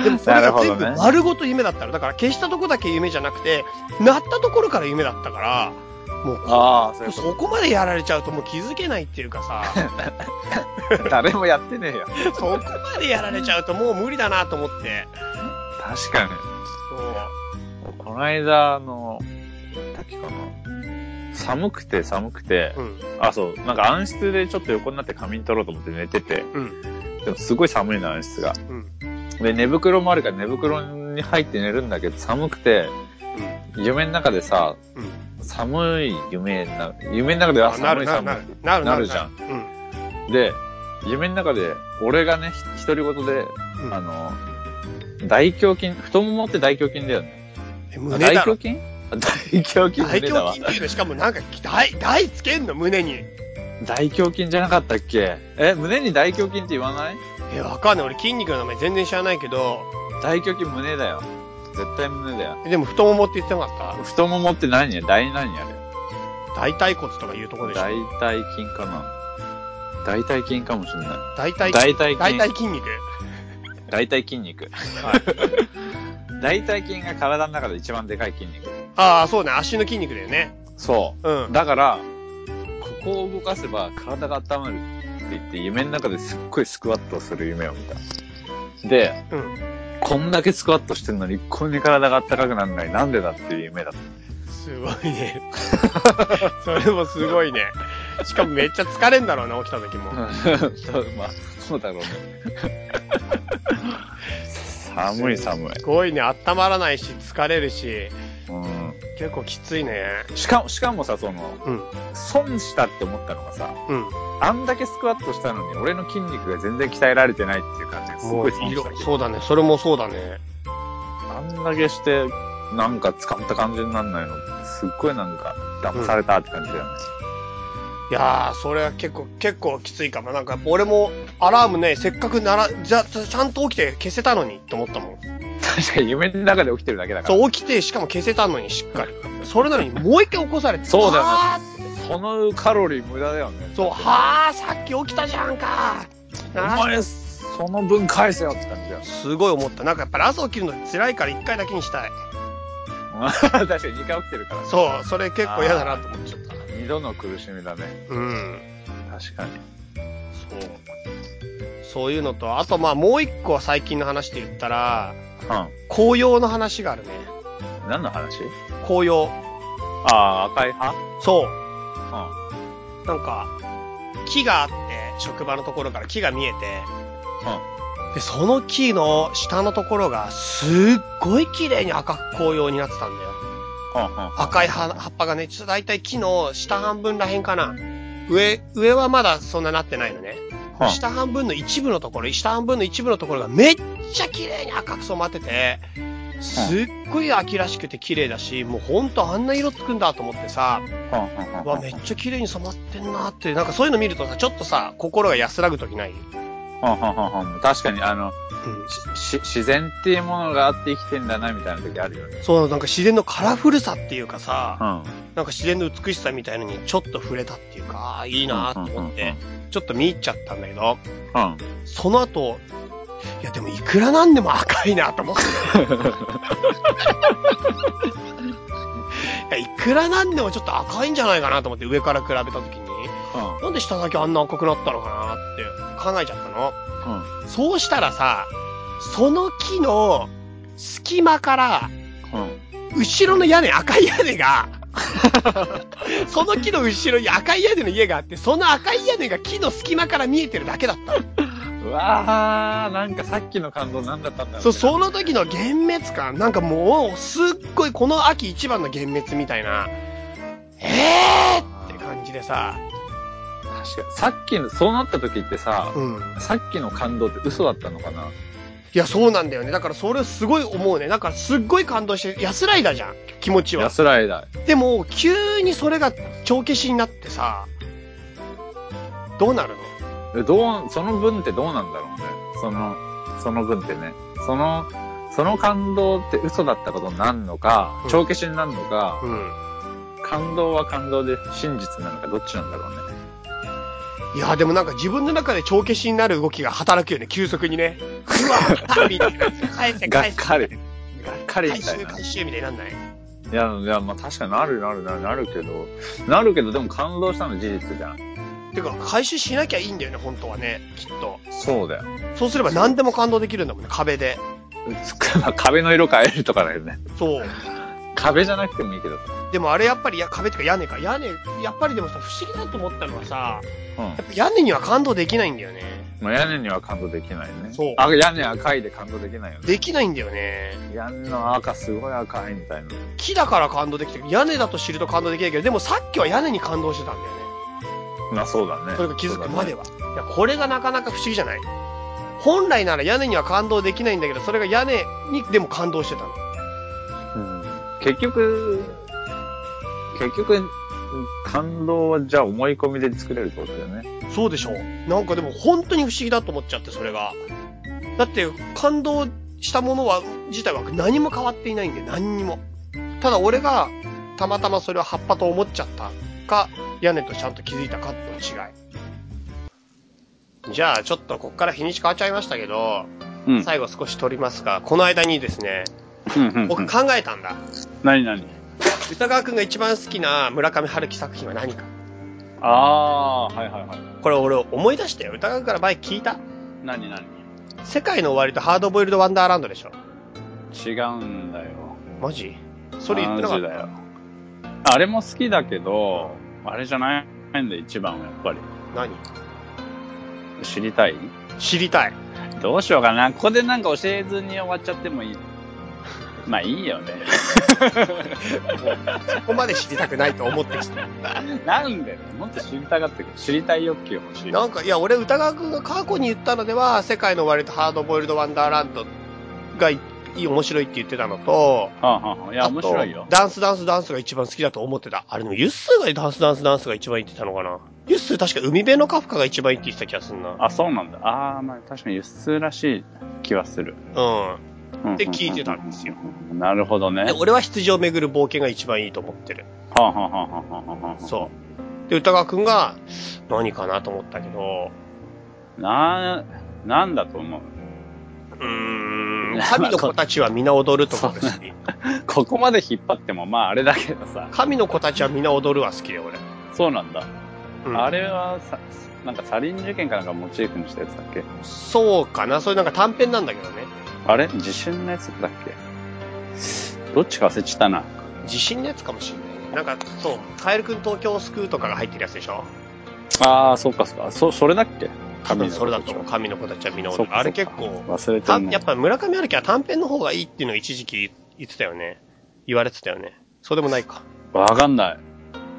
でもそなれるがほど全ね部丸ごと夢だったの。だから消したとこだけ夢じゃなくて、鳴ったところから夢だったから、もうああ、そういうこそこまでやられちゃうともう気づけないっていうかさ、 と。誰もやってねえよ。そこまでやられちゃうともう無理だなと思って。確かに。そう。この間、あの、滝かな。寒くて寒くて、うん。あ、そう、なんか暗室でちょっと横になって仮眠取ろうと思って寝てて、うん。でもすごい寒いの、暗室が。うん。で、寝袋もあるから寝袋に入って寝るんだけど、寒くて、夢の中でさ、うん。うん。寒い夢な、夢の中ではあな寒るいなるな寒る。なるなるじゃん。うん。い。で、夢の中で、俺がね、ひ独り言で、うんあの、大胸筋、太ももって大胸筋だよね。えあ胸大だろ胸。筋 あ大胸筋大胸だ胸わ筋。っていうのしかもなんか、大、大つけんの胸に。大胸筋じゃなかったっけえ、胸に大胸筋って言わないえ、わかんない。俺筋肉の名前全然知らないけど、大胸筋胸だよ。絶対胸だよ。でも太ももって言ってなかっ太ももって何や大何やあれ。た大腿骨とかいうとこでしょ大腿筋かな大腿筋かもしれな大体い。、大腿大体筋。筋肉。大腿筋肉。 大腿筋が体の中で一番でかい筋肉。ああ、そうね。足の筋肉だよね。そうう。ん。だから、ここを動かせば体が温まるって言って、夢の中ですっごいスクワットをする夢を見た。で、うん。こんだけスクワットしてんのに、こんなに体が温かくなんない。なんでだっていう夢 だった。すごい ね。それもすごいね。しかもめっちゃ疲れんだろうな、起きた時も。そうまあ、そうだろうね。 寒い寒い。すごいね。温まらないし、疲れるし、うん。結構きついね。しかも、しかもさ、その、うん。損したって思ったのがさ、うん。あんだけスクワットしたのに、俺の筋肉が全然鍛えられてないっていう感じがすもごうい損した色けど。そうだね。それもそうだね。あんだけして、なんか使った感じになんないのって、すっごいなんか、騙されたって感じだよね。いやー、それは結構、結構きついかも。なんか、俺も、アラームね、せっかくなら、じゃ、ちゃんと起きて消せたのに、と思ったもん。確かに夢の中で起きてるだけだから。そう、起きて、しかも消せたのに、しっかり。それなのに、もう一回起こされて。そうだよねはそのカロリー無駄だよねー。そう、はあ、さっき起きたじゃんか。なお前、その分返せよって感じだよ。すごい思った。なんかやっぱり朝起きるの辛いから一回だけにしたい。 確かに2回起きてるから。そう、それ結構嫌だなと思っちゃった。二度の苦しみだね。うん。確かに。そう。そういうのと、あとまあもう一個は最近の話で言ったら、う紅葉の話があるね。ん。何の話紅葉。ああ、赤い葉そう。うなんか、木があって、職場のところから木が見えて、で、その木の下のところが、すっごい綺麗に赤く紅葉になってたんだよ。ん。うん。うん。赤い葉葉っぱがね、ちょっと大体木の下半分らへんかな。上、上はまだそんななってないのね。う下半分の一部のところ、下半分の一部のところがめっちゃ綺麗に赤く染まってて、すっごい秋らしくて綺麗だし、もうほんとあんな色つくんだと思ってさ、ん。うん。うん。うわ、めっちゃ綺麗に染まってんなって、なんかそういうの見るとさ、ちょっとさ、心が安らぐときないうん。うん。うん。確かに、あの、うし、自然っていうものがあって生きてんだな、みたいな時あるよねん。。そう、なんか自然のカラフルさっていうかうさ、 ん。なんか自然の美しさみたいのにちょっと触れたっていうか、ああ、いいなと思って、ちょっと見入っちゃったんだけど、うん。その後、いやでもいくらなんでも赤いなと思って。 いや、いくらなんでもちょっと赤いんじゃないかなと思って上から比べたときに、なんで下だけあんな赤くなったのかなって考えちゃったの。そうしたらさ、その木の隙間から、後ろの屋根、赤い屋根が、 その木の後ろに赤い屋根の家があって、その赤い屋根が木の隙間から見えてるだけだったの。うわー、なんかさっきの感動何だったんだろう、ね。そう、その時の幻滅感、なんかもう、すっごいこの秋一番の幻滅みたいな、えーって感じでさ、確かに。さっきの、そうなった時ってさ、うん。さっきの感動って嘘だったのかないや、そうなんだよね。だからそれすごい思うね。なんかすっごい感動して、安らいだじゃん、気持ちは。安らいだ。でも、急にそれが帳消しになってさ、どうなるのえどう、その分ってどうなんだろうね。その、その分ってね。その、その感動って嘘だったことになるのかう、ん帳消しになるのか、うん。感動は感動で真実なのか、どっちなんだ ろうね。いや、でもなんか自分の中で帳消しになる動きが働くよね、急速にね。うわ、 パーみたいな。返せ、が返っせ。かり。がっかり回みたい収、な。回収みたいになんない。いや、いや、まあ確かになるなるなるなるけど、なるけど、でも感動したの事実じゃん。てか、回収しなきゃいいんだよね、本当はね、きっと。そうだよ。そうすれば何でも感動できるんだもんね、壁で。つく まあ壁の色変えるとかだよね。そう。壁じゃなくてもいいけど。でもあれやっぱり、や壁っていうか屋根か。屋根、やっぱりでもさ、不思議だと思ったのはさ、うやんっぱ屋根には感動できないんだよね。まあ、屋根には感動できないね。そうあ、屋根赤いで感動できないよね。できないんだよね。屋根の赤すごい赤いみたいな。木だから感動できてる。屋根だと知ると感動できないけど、でもさっきは屋根に感動してたんだよね。まあそうだね。それが気づくまでは。は。いや、これがなかなか不思議じゃない本来なら屋根には感動できないんだけど、それが屋根にでも感動してたの。うん結局、結局、感動はじゃあ思い込みで作れるってことだよね。そうでしょなんかでも本当に不思議だと思っちゃって、それが。だって、感動したものは、自体は何も変わっていないんで、何にも。ただ俺が、たまたまそれを葉っぱと思っちゃったか、屋根とちゃんと気づいたかの違い。じゃあ、ちょっとこっから日にち変わっちゃいましたけど、うん。最後少し取りますが、この間にですね、うんうんう僕ん。考えたんだ。何何歌川くんが一番好きな村上春樹作品は何か。ああー、はいはいはい。これ俺思い出したよ。歌川くんから前聞いた。何何世界の終わりとハードボイルドワンダーランドでしょ。違うんだよ。マジそれ言ってなかっマジだよ。あれも好きだけど、あれじゃないんだよ、一番はやっぱり。た。何知りたい知りたい。どうしようかな。ここでなんか教えずに終わっちゃってもいい。 まあいいよね。 そこまで知りたくないと思ってき た。なんでね、もっと知りたがってくる。知りたい欲求欲しい。なんか、いや、俺歌川くんが過去に言ったのでは、世界の終わりとハードボイルドワンダーランドがいい面白いって言ってたのと、はあはあはあいや、あと面白いよ。ダンスダンスダンスが一番好きだと思ってた。あれでもユッスーがダンスダンスダンスが一番言ってたのかな。ユッスー確か海辺のカフカが一番いいって言ってた気がするな。あ、そうなんだ。ああ、まあ確かに輸出らしい気はする。うん。うんって聞いてたんですよ。なるほどね。はで俺は羊を巡る冒険が一番いいと思ってる。あ、はあはあはあはあはあ、そう。で、歌川くんが、何かなと思ったけど、う。な、なんだと思う。うーん、神の子たちは皆踊ると思うし、ここまで引っ張っても、まああれだけどさ。神の子たちは皆踊るは好きで、俺。そうなんだ。うん、あれはさ、なんかサリン事件かなんかモチーフにしたやつだっけそうかな。それなんか短編なんだけどね。あれ地震のやつだっけどっちか忘れちゃったな。地震のやつかもしれないね。なんか、そう、カエルくん東京を救うとかが入ってるやつでしょああ、そうかそうか。そ、それだっけ多分それだと思う。神の子たちは皆踊そっる。かあれ結構、忘れてたんのやっぱ村上春樹は短編の方がいいっていうのを一時期言ってたよね。言われてたよね。そうでもないか。わかんない。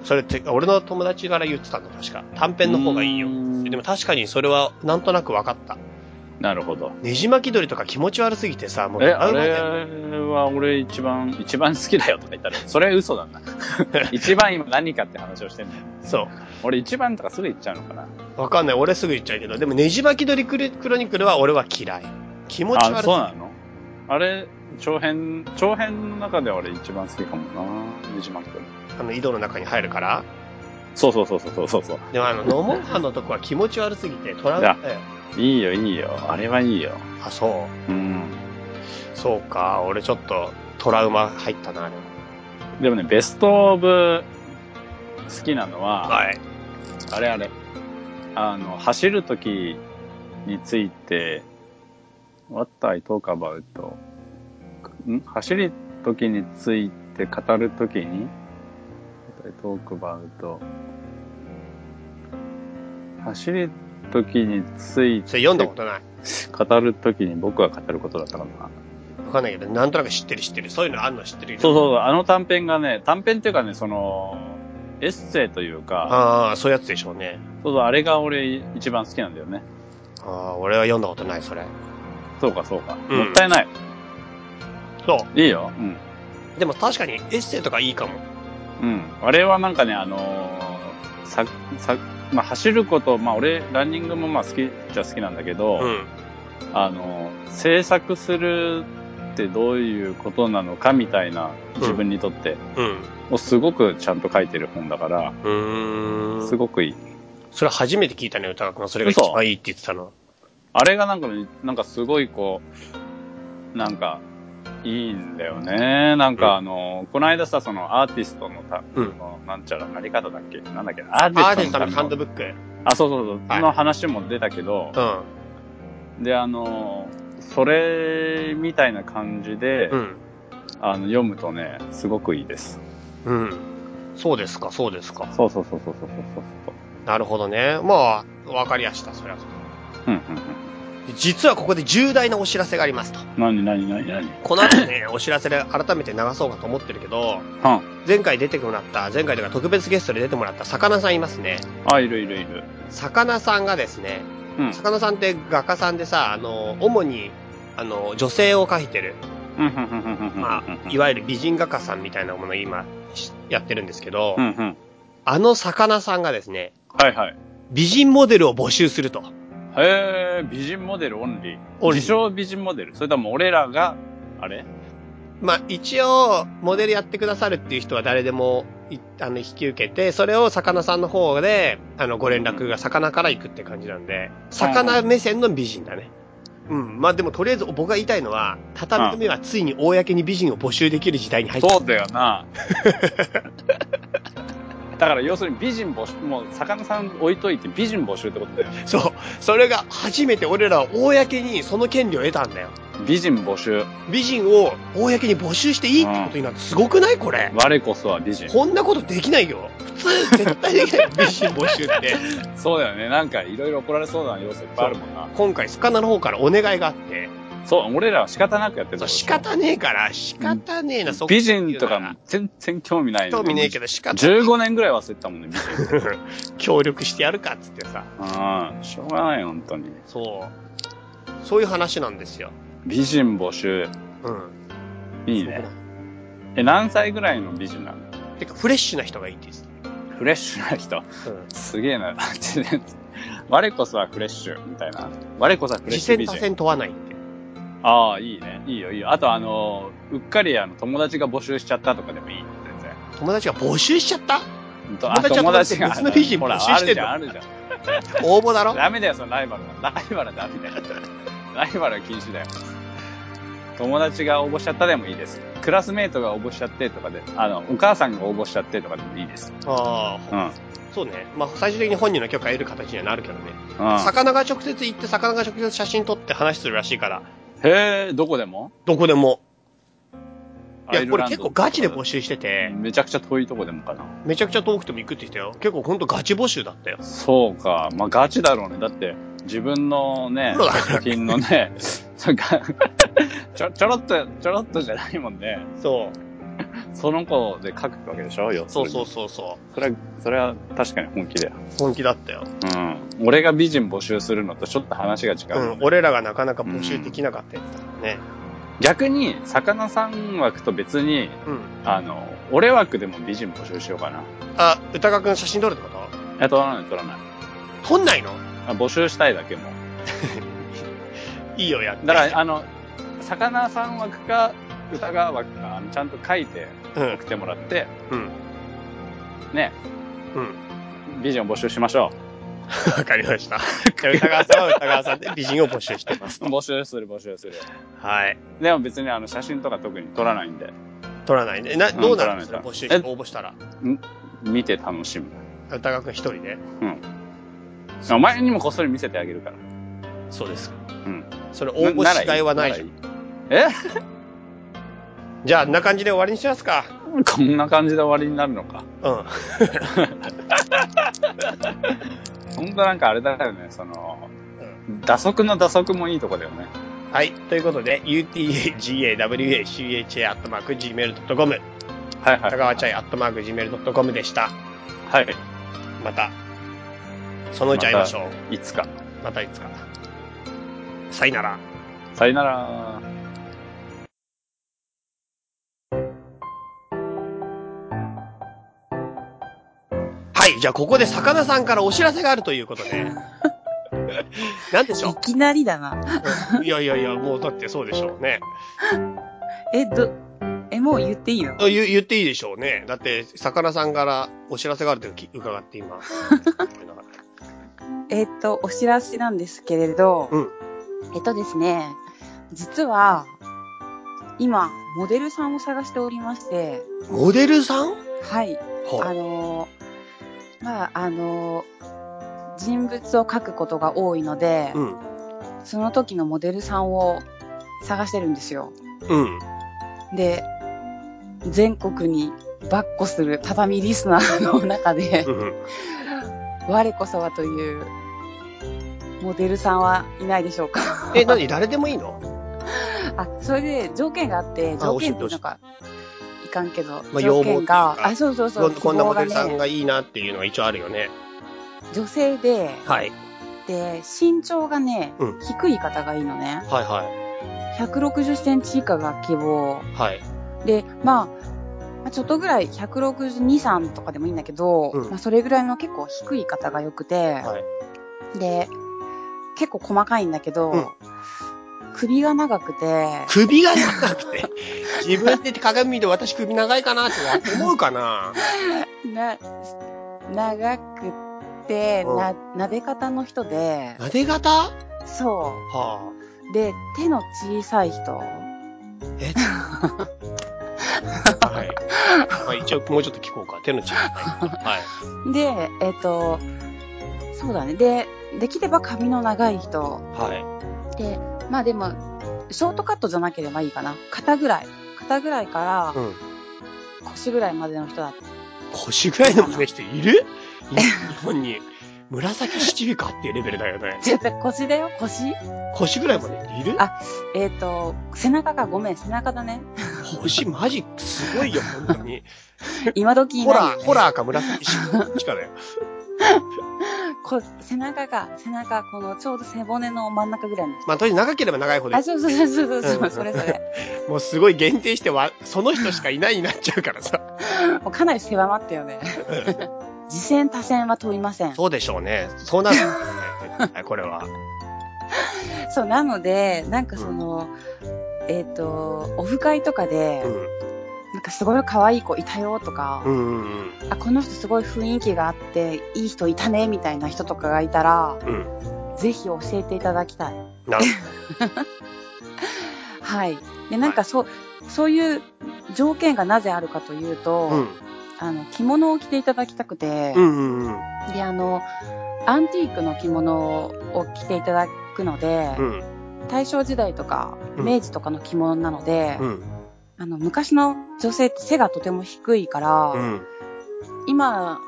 それって、俺の友達から言ってたんだ、確か。短編の方がいいようー。んでも確かにそれはなんとなく分かった。なるほど。ねじ巻き鳥とか気持ち悪すぎてさ、もう、え、ああうまいれだよは俺一番、一番好きだよとか言ったら、それ 嘘だな。一番今何かって話をしてんのよ。そ俺一番とかすぐ言っちゃうのかな。う。わかんない。俺すぐ言っちゃうけど、でもねじ巻き鳥クリクロニクルは俺は嫌い。気持ち悪あ、すそうなのあれ、長編、長編の中で俺一番好きかもな。ねじ巻き鳥。あの、井戸の中に入るから。そうそうそうそうそうそでもあの、野茂藩のとこは気持ち悪すぎて、トラウいやマだよ。う。いいよ、いいよ。あれはいいよ。あ、そうん。う。そうか。俺ちょっとトラウマ入ったな、あれでもね、ベストオブ好きなのは、はい。あれあれ。あの、走るときについて、What I talk about? ん走るときについって語るときに、トークバウト。走るときについそれ読んだことない。語るときに僕が語ることだったかな。わかんないけど、なんとなく知ってる知ってる。そういうのあんの知ってるそうう。そう、あの短編がね、短編っていうかね、その、エッセイというか、ああ、そういうやつでしょうね。そうそう、あれが俺一番好きなんだよね。ああ、俺は読んだことない、それ。そうか、そうか。うんもったいない。そいいよ。うん。う。でも確かにエッセイとかいいかも。うん。あれはなんかね、あのーさ、さ、まあ、走ること、まあ、俺、ランニングもまあ好きっちゃ好きなんだけど、うん。あのー制作するってどういうことなのかみたいな、自分にとって、うん。をすごくちゃんと書いてる本だから、うーん。すごくいい。それ初めて聞いたね、歌川君がそれが一番いいって言ってたの。あれがなんかね、なんかすごいこう、なんか、いいんだよね。なんうんかあの、この間さ、そのアーティストのた、うんそのなんちゃらなり方だっけなんだっけアーテアーィティスストトのの旅ハンドブック。あ、そうそうそう、はいの話も出たけど、うん。で、あの、それみたいな感じで、うん。あの読むとね、すごくいいです。うん。そうですか、そうですか。そうそうそうそうそうそうなるほどね。まあ、わかりやした、それは。そう。うんうんうん。実はここで重大なお知らせがありますと。何何何何この後ね、お知らせで改めて流そうかと思ってるけど、うん。前回出てもらった、前回というか特別ゲストで出てもらった魚さんいますね。あ、いるいるいる。魚さんがですね、うん。魚さんって画家さんでさ、あの、主に、あの、女性を描いてる、うんうんうんうんうんうん。まあ、いわゆる美人画家さんみたいなものを今、しやってるんですけど、うんうん。あの魚さんがですね、はいはい。美人モデルを募集すると。へえ、美人モデルオンリー。オンリー自称美人モデル。それとも俺らが、あれまあ、一応、モデルやってくださるっていう人は誰でもい、あの、引き受けて、それを魚さんの方で、あの、ご連絡が魚から行くって感じなんで、魚目線の美人だね。うん。まあ、でも、とりあえず僕が言いたいのは、畳組はついに公に美人を募集できる時代に入った。そうだよ な。だから要するに美人募集、もう魚さん置いといて美人募集ってことだよね。そう。それが初めて俺らは公にその権利を得たんだよ。美人募集。美人を公に募集していいってことになってすごくないこれ。我こそは美人。こんなことできないよ。普通、絶対できないよ。 美人募集って。そうだよね。なんかいろいろ怒られそうな要素いっぱいあるもんな。今回、スカナの方からお願いがあって、そう、俺らは仕方なくやってるそう仕方ねえから、仕方ねえな、そこ美人とかも全然興味ない、興味ねえけど、仕方ない。 15年ぐらい忘れてたもんね、美人。協力してやるかっつってさ、うん。しょうがないよ、本当に。そう。そういう話なんですよ。美人募集。うん。いいね。え、何歳ぐらいの美人なのてか、フレッシュな人がいいです。フレッシュな人。うん。すげえな。 我こそはフレッシュみたいな。我こそはフレッ次シュ戦美多人。戦問わないって。ああ、いいね。いいよ、いいよ。あと、あの、うっかりあの友達が募集しちゃったとかでもいい。全然。友達が募集しちゃったほんと友達は友達であ別の美人ほら募集してんのあるじゃん、あるじ応募だゃろん。ダメだよ、そのライバルは。ライバルはダメだよ。ライバルは禁止だよ。友達が応募しちゃったでもいいです。クラスメイトが応募しちゃってとかで、あの、お母さんが応募しちゃってとかでもいいです。あうあ、ん。うん。そうね。まあ、最終的に本人の許可得る形にはなるけどね。魚が直接行って、魚が直接写真撮って話するらしいから、へえ、どこでもどこでも。いアイや、こルれランド結構ガチでとか募集してて、めちゃくちゃ遠いとこでもかな。めちゃくちゃ遠くても行くって言ってたよ。結構ほんとガチ募集だったよ。そうか。まあ、ガチだろうね。だって、自分のねプロだ、から作品のね、 そうかちょ、ちょろっと、ちょろっとじゃないもんね。そう。その子で書くわけでしょよ。そうそうそそうそそれは、それは確かに本気だよ。う。本気だったよ。うん。俺が美人募集するのとちょっと話が違ううもんね、ん。俺らがなかなか募集できなかったやつだからね。逆に、魚さん枠と別に、うん。あの、俺枠でも美人募集しようかな。あ、歌川くん写真撮るってこといや、取らない、取らない。撮んないのあ募集したいだけもう。いいよ、やって。だから、あの、 魚さん枠か、歌川枠か、あのちゃんと書いてうん送っ。てもらって、うん。ね、うん。美人を募集しましょわかりま した。じゃあ歌川さんは歌川さんで美人を募集 してますう。。募集する、募集する。はい。でも別にあの写真とか特に撮らないんで、撮らないね。な、んどうなる撮らんなでいすか募集しえ応募したら。見て楽しむ。歌川くん一人で。うん。お前にもこっそり見せてあげるから。そうです。うん。それ応募しがいはないじゃん。え じゃあ、あんな感じで終わりにしますか。こんな感じで終わりになるのか。うん。 ほんとなんかあれだよね、その、打足の打足もいいとこだよね。はい。ということで、utagawacua.gmail.com、はいはい。高川チャイ .gmail.com でした。はい。また、そのうち会いましょう。いつか。またいつか。さいなら。さよなら。はい。じゃあ、ここで魚さんからお知らせがあるということで。 なんでしょいきなりだな。ういやいやいや、もうだってそうでしょうね。え、ど、え、もう言っていいのあ言言っていいでしょうね。だって、魚さんからお知らせがあるとき伺って今。えっ、と、お知らせなんですけれど、うんえっとですね、実は、今、モデルさんを探しておりまして、モデルさんはい、あはのーまあ、あのー人物を描くことが多いのでい。、うん。その時のモデルさんを探してるんですよ。うん。で、全国にバッコする畳リスナーの中でう、ん。我こそはという、モデルさんはいないでしょうかえ、何誰でもいいのあ、それで条件があって、条件っていうのか、いかんけど、あ要望条ってい件うかが、あ、そうそうそこう、んこんなモデルさ希ん望がね、いいなっていうのは一応あるよね。女性で、はい。で、身長がね、うん低い方がいいのね。はいは160センチ以下が希望。い。はい。で、まあ、まあちょっとぐらい162、3とかでもいいんだけど、うんまあそれぐらいの結構低い方が良くて、はい。で、結構細かいんだけど、うん首が長くて、首が長くて、自分で鏡見て私首長いかなって思うかなな、長くて、うんな、撫で方の人で、撫で型はそあ。う。で、手の小さい人。えはい。まあ一応もうちょっと聞こうか。手の力。はい。で、えっ、と、そうだね。で、できれば髪の長い人。はで、まあでも、ショートカットじゃなければいいかな。肩ぐらい。肩ぐらいかい。うん。ら腰ぐらいまでの人だった。腰ぐらいの胸人いるい日本に。紫七尾かっていうレベルだよね。違う腰だよ、腰。腰ぐらいまでいるあえっ、と、背中か、ごめん、背中だね。腰マジす ごいよ、本当に。今時いホないよラー、ホラーか紫七尾しか だよ。こ背中が、背中、このちょうど背骨の真ん中ぐらいの人。まあ、とりあえず長ければ長いほどあ、、そうそうそうそうそう、うんそれそれ。もうすごい限定してわ、その人しかいないになっちゃうからさ。もうかなり狭まったよね。次戦多戦は問いません。そそうでしょうね。そうなるんだよね絶対これは。う、なので、なんかその、えっ、と、オフ会とかで、うん。なんかすごい可愛い子いたよとか、うんうんあ、この人すごい雰囲気があって、いい人いたね、みたいな人とかがいたら、うん。うん。ぜひ教えていただきたい。なるはい。で、なんかそう、そういう条件がなぜあるかというと、ほど。うん。あの、着物を着ていただきたくて、うんうんうん。で、あの、アンティークの着物を着ていただくので、うん。大正時代とかうん明治とかの着物なので、うん。あの昔の女性って背がとても低いから、うん。今、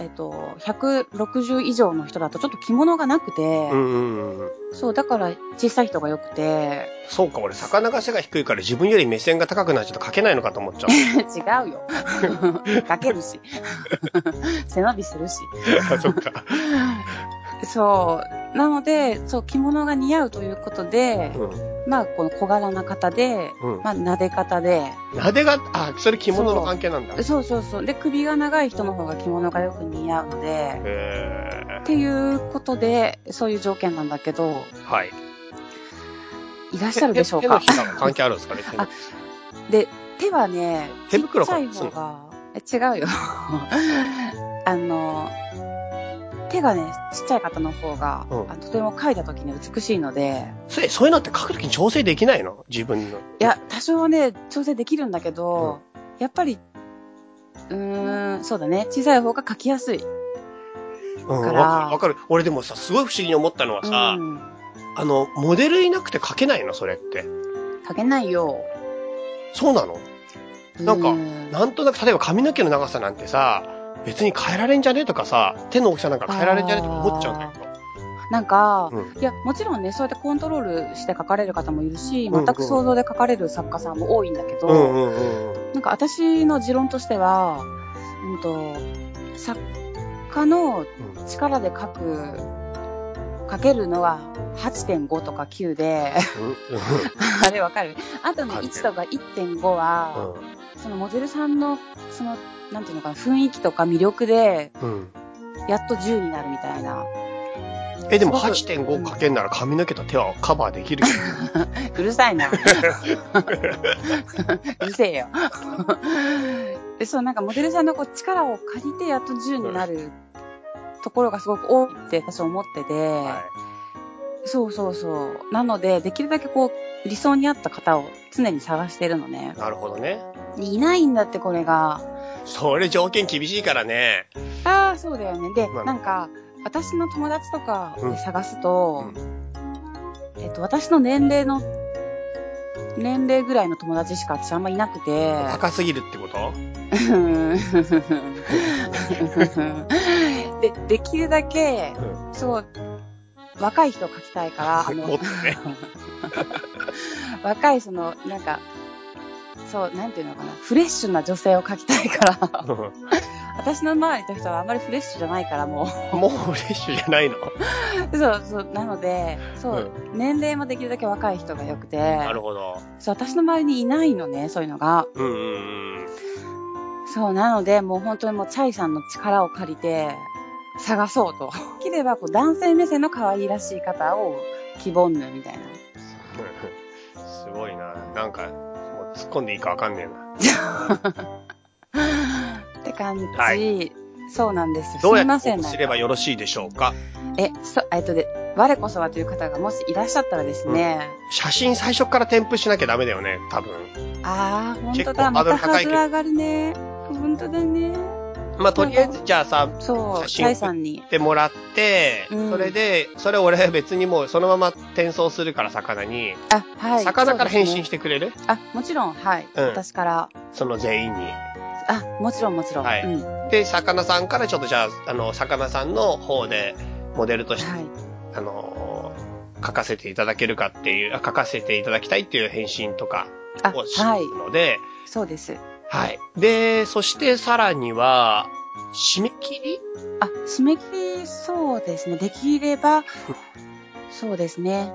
えっと、160以上の人だとちょっと着物がなくて、うんうんうん。そう、だから小さい人が良くて、 そうか、俺、魚が背が低いから自分より目線が高くなっちゃうと書けないのかと思っちゃう。違うよ。 かけるし。 背伸びするし。あそっか。そう。なので、そう、着物が似合うということで、うん。まあ、この小柄な方で、うん。まあ、撫で方で、なでが、あ、それ着物の関係なんだ。へそうそうそう。で、首が長い人の方が着物がよく似合うので、えっていうことで、そういう条件なんだけど、ー。はい。いらっしゃるでしょう手のかひらは関係あるんですかね。あで、手はね、手袋ちっちかゃい方が、え違うよ。 あの、手がね、ちっちゃい方の方が、うんあのとても描いた時に美しいので、そうそういうのって書くときに調整できないの自分の。いや、多少はね、調整できるんだけど、やっぱり、うーん、そうだね、小さい方が描きやすい。うん、わかからる。わかる。俺でもさ、すごい不思議に思ったのはうさ、ん。あの、モデルいなくて書けないのそれって。描けないよ。そうなのなんかうなんとなく例えば髪の毛の長さなんてさ別に変えられんじゃねえとかさ手の大きさなんか変えられんじゃねえとか思っちゃうんだけどなんか、ういや、もちろんね、そうやってコントロールして書かれる方もいるし、うんうん全く想像で書かれる作家さんも多いんだけど、うんうんうんうんなんか私の持論としては、うんと、作家の力で書く、書けるのは8.5とか9で、 あれわかるあとの1とか1.5は、そのモデルさんの、その、なんていうのかな、雰囲気とか魅力で、うんうんやっと10になるみたいな。えでもすごく8.5かけんなら髪の毛と手はカバーできるけどうるさいな。うるせえよ。で、そう、なんかモデルさんのこう力を借りてやっと10になるところがすごく多いって私は思ってて、そうそうそう。なので、できるだけこう、理想に合った方を常に探してるのね。なるほどねでいないんだって、これが。それ条件厳しいからねああ、そうだよね。で、まあなんか、私の友達とかうんで探すと、うえっと、私の年齢の、年齢ぐらいの友達しか私あんまいなく て。高すぎるってことうんでできるだけうすごい若い人を描きたいから あもっのとね若いそのなんかそうなんていうのかなフレッシュな女性を描きたいから 私の周りの人はあんまりフレッシュじゃないからも もうフレッシュじゃないのう そうそうなのでそう、年齢もできるだけ若い人がよくてなるほどそう私の周りにいないのねそういうのがうんうんうんそうなのでもう本当にもうチャイさんの力を借りて探そうとできればこう男性目線の可愛いらしい方を希望ぬみたいなすごいな。なんか、もう突っ込んでいいかわかんねえな。って感じ、はそうなんですよどうすやいまってせ応ん募なんすかればよろしいでしょうかえそえっとで我こそはという方がもしいらっしゃったらですね、写真最初から添付しなきゃダメだよね、多分。ああ本当結構だまハードルた高ハいーけドどル上がるね本当だねまあ、とりあえず、じゃあさ、やそ写うチ真をャイさんにってもらって、うんそれで、それ俺別にもうそのまま転送するから魚に、あはい魚から返信ししてくれるあもちろんはい、うん私からその全員に。あもちろんもちろん、はいうんで、魚さんからちょっとじゃあ、あの、魚さんの方で、モデルとして、はいあのー書かせていただけるかっていう、あ書かせていただきたいっていう返信とかあをしはまいすので、そうですはい。で、そしてさらには、締め切りあ、締め切り、そうですね。できれば、そうですね。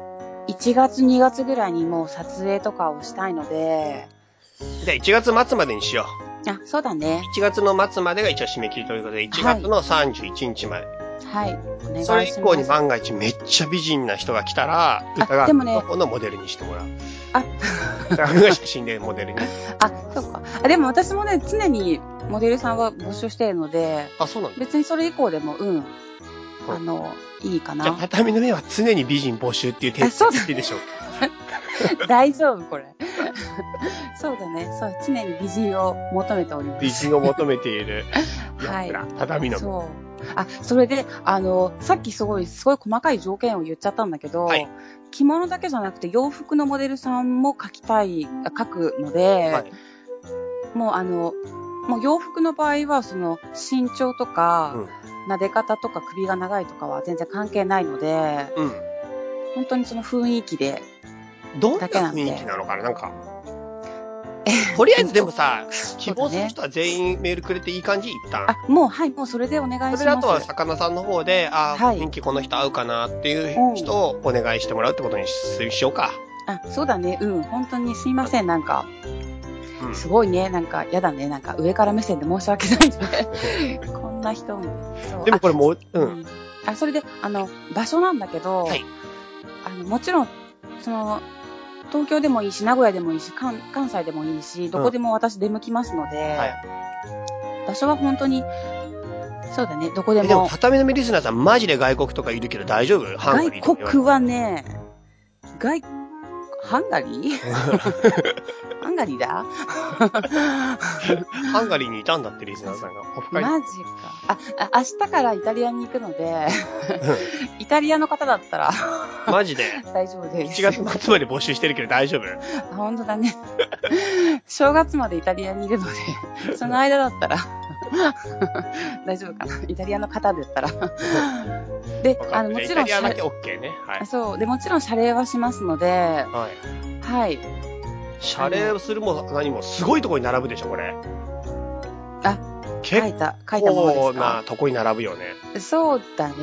1月、2月ぐらいにもう撮影とかをしたいので、じゃあ1月末までにしよあ、そうだね。う。1月の末までが一応締め切りということで、1月の31日まで。はい。お願いします。それ以降に万が一めっちゃ美人な人が来たら、あ歌がでもねの方のモデルにしてもらう。あ歌川が写真でモデルに。あ、そうか。あ、でも私もね、常にモデルさんは募集しているので、あ、そうなんだ。別にそれ以降でも、うん。うんあの、いいかじゃあ、な。畳の目は常に美人募集っていうテーあそうだマでいいでしょうか。 大丈夫、これ。 そうだね。そう、常に美人を求めております。美人を求めてい るはやいつら、畳の目。そう。あ、それで、あの、さっきすごい、すごい細かい条件を言っちゃったんだけど、はい着物だけじゃなくて洋服のモデルさんも描きたい、あ描くので、はいもうあの、もう洋服の場合は、その、身長とか、撫で方とか首が長いとかは全然関係ないので、うん。本当にその雰囲気で、どんなだけなんで雰囲気なのかななんか。とりあえずでも さ、希望する人は全員メールくれていい感じ一旦。あ、もう、はい、もうそれでお願いしまそす。れであとは魚さんの方で、ああ、はい雰囲気この人合うかなっていう人をお願いしてもらうってことにししようか。あ、そうだね、うん、本当にすいません、なんか。うん。すごいね、なんか、やだね、なんか、上から目線で申し訳な いね。こんな人も。そうでもこれもう、あう。うんんあ、それで、あの、場所なんだけど、はいあの、もちろん、その、東京でもいいし、名古屋でもいいし、関関西でもいいし、どこでも私出向きますので、はい場所は本当に、そうだね、どこでえでも、も。畳の目リスナーさん、マジで外国とかいるけど大丈夫ハンガ外リーとか言われて国はね、外、ハンガリー ハンガリーだハンガリーにいたんだって、リスナーさんが。オフ会。マジか。あ、あ明日からイタリアに行くの で、イタリアの方だったらマジ で。大丈夫です。 1月末まで募集してるけど大丈夫あ、本当だね。正月までイタリアにいるので、その間だったら 大丈夫かな。イタリアの方だったら。でわ、あかの、んもないちイろタんリアだ謝け OK ね。はい。そう。で、もちろん謝礼はしますので、はい。はい。謝礼をするも何も、すごいとこに並ぶでしょ、これ。あ、書い結た、書いたもので構すかなとこに並ぶよね。 そうだね。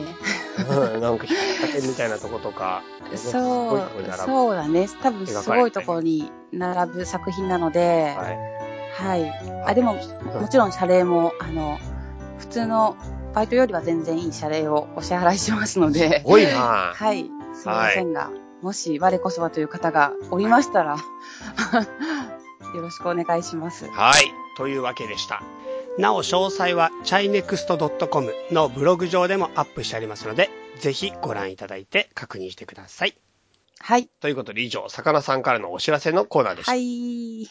うんなんか、百貨店みたいなとことか。すそごいとこうに、並ぶ。そうだね。多分手がすかりごいところに並ぶ作品なので、はい。はい。あ、でも、もちろん謝礼も、あの、普通のバイトよりは全然いい謝礼をお支払いしますのすで、ごいな はい。すみませんが、もし我こそはという方がおりましたら、よろしくお願いします。はい。というわけでした。なお、詳細は chinext.com のブログ上でもアップしてありますので、ぜひご覧いただいて確認してください。はい。ということで以上、さかなさんからのお知らせのコーナーでした。はい。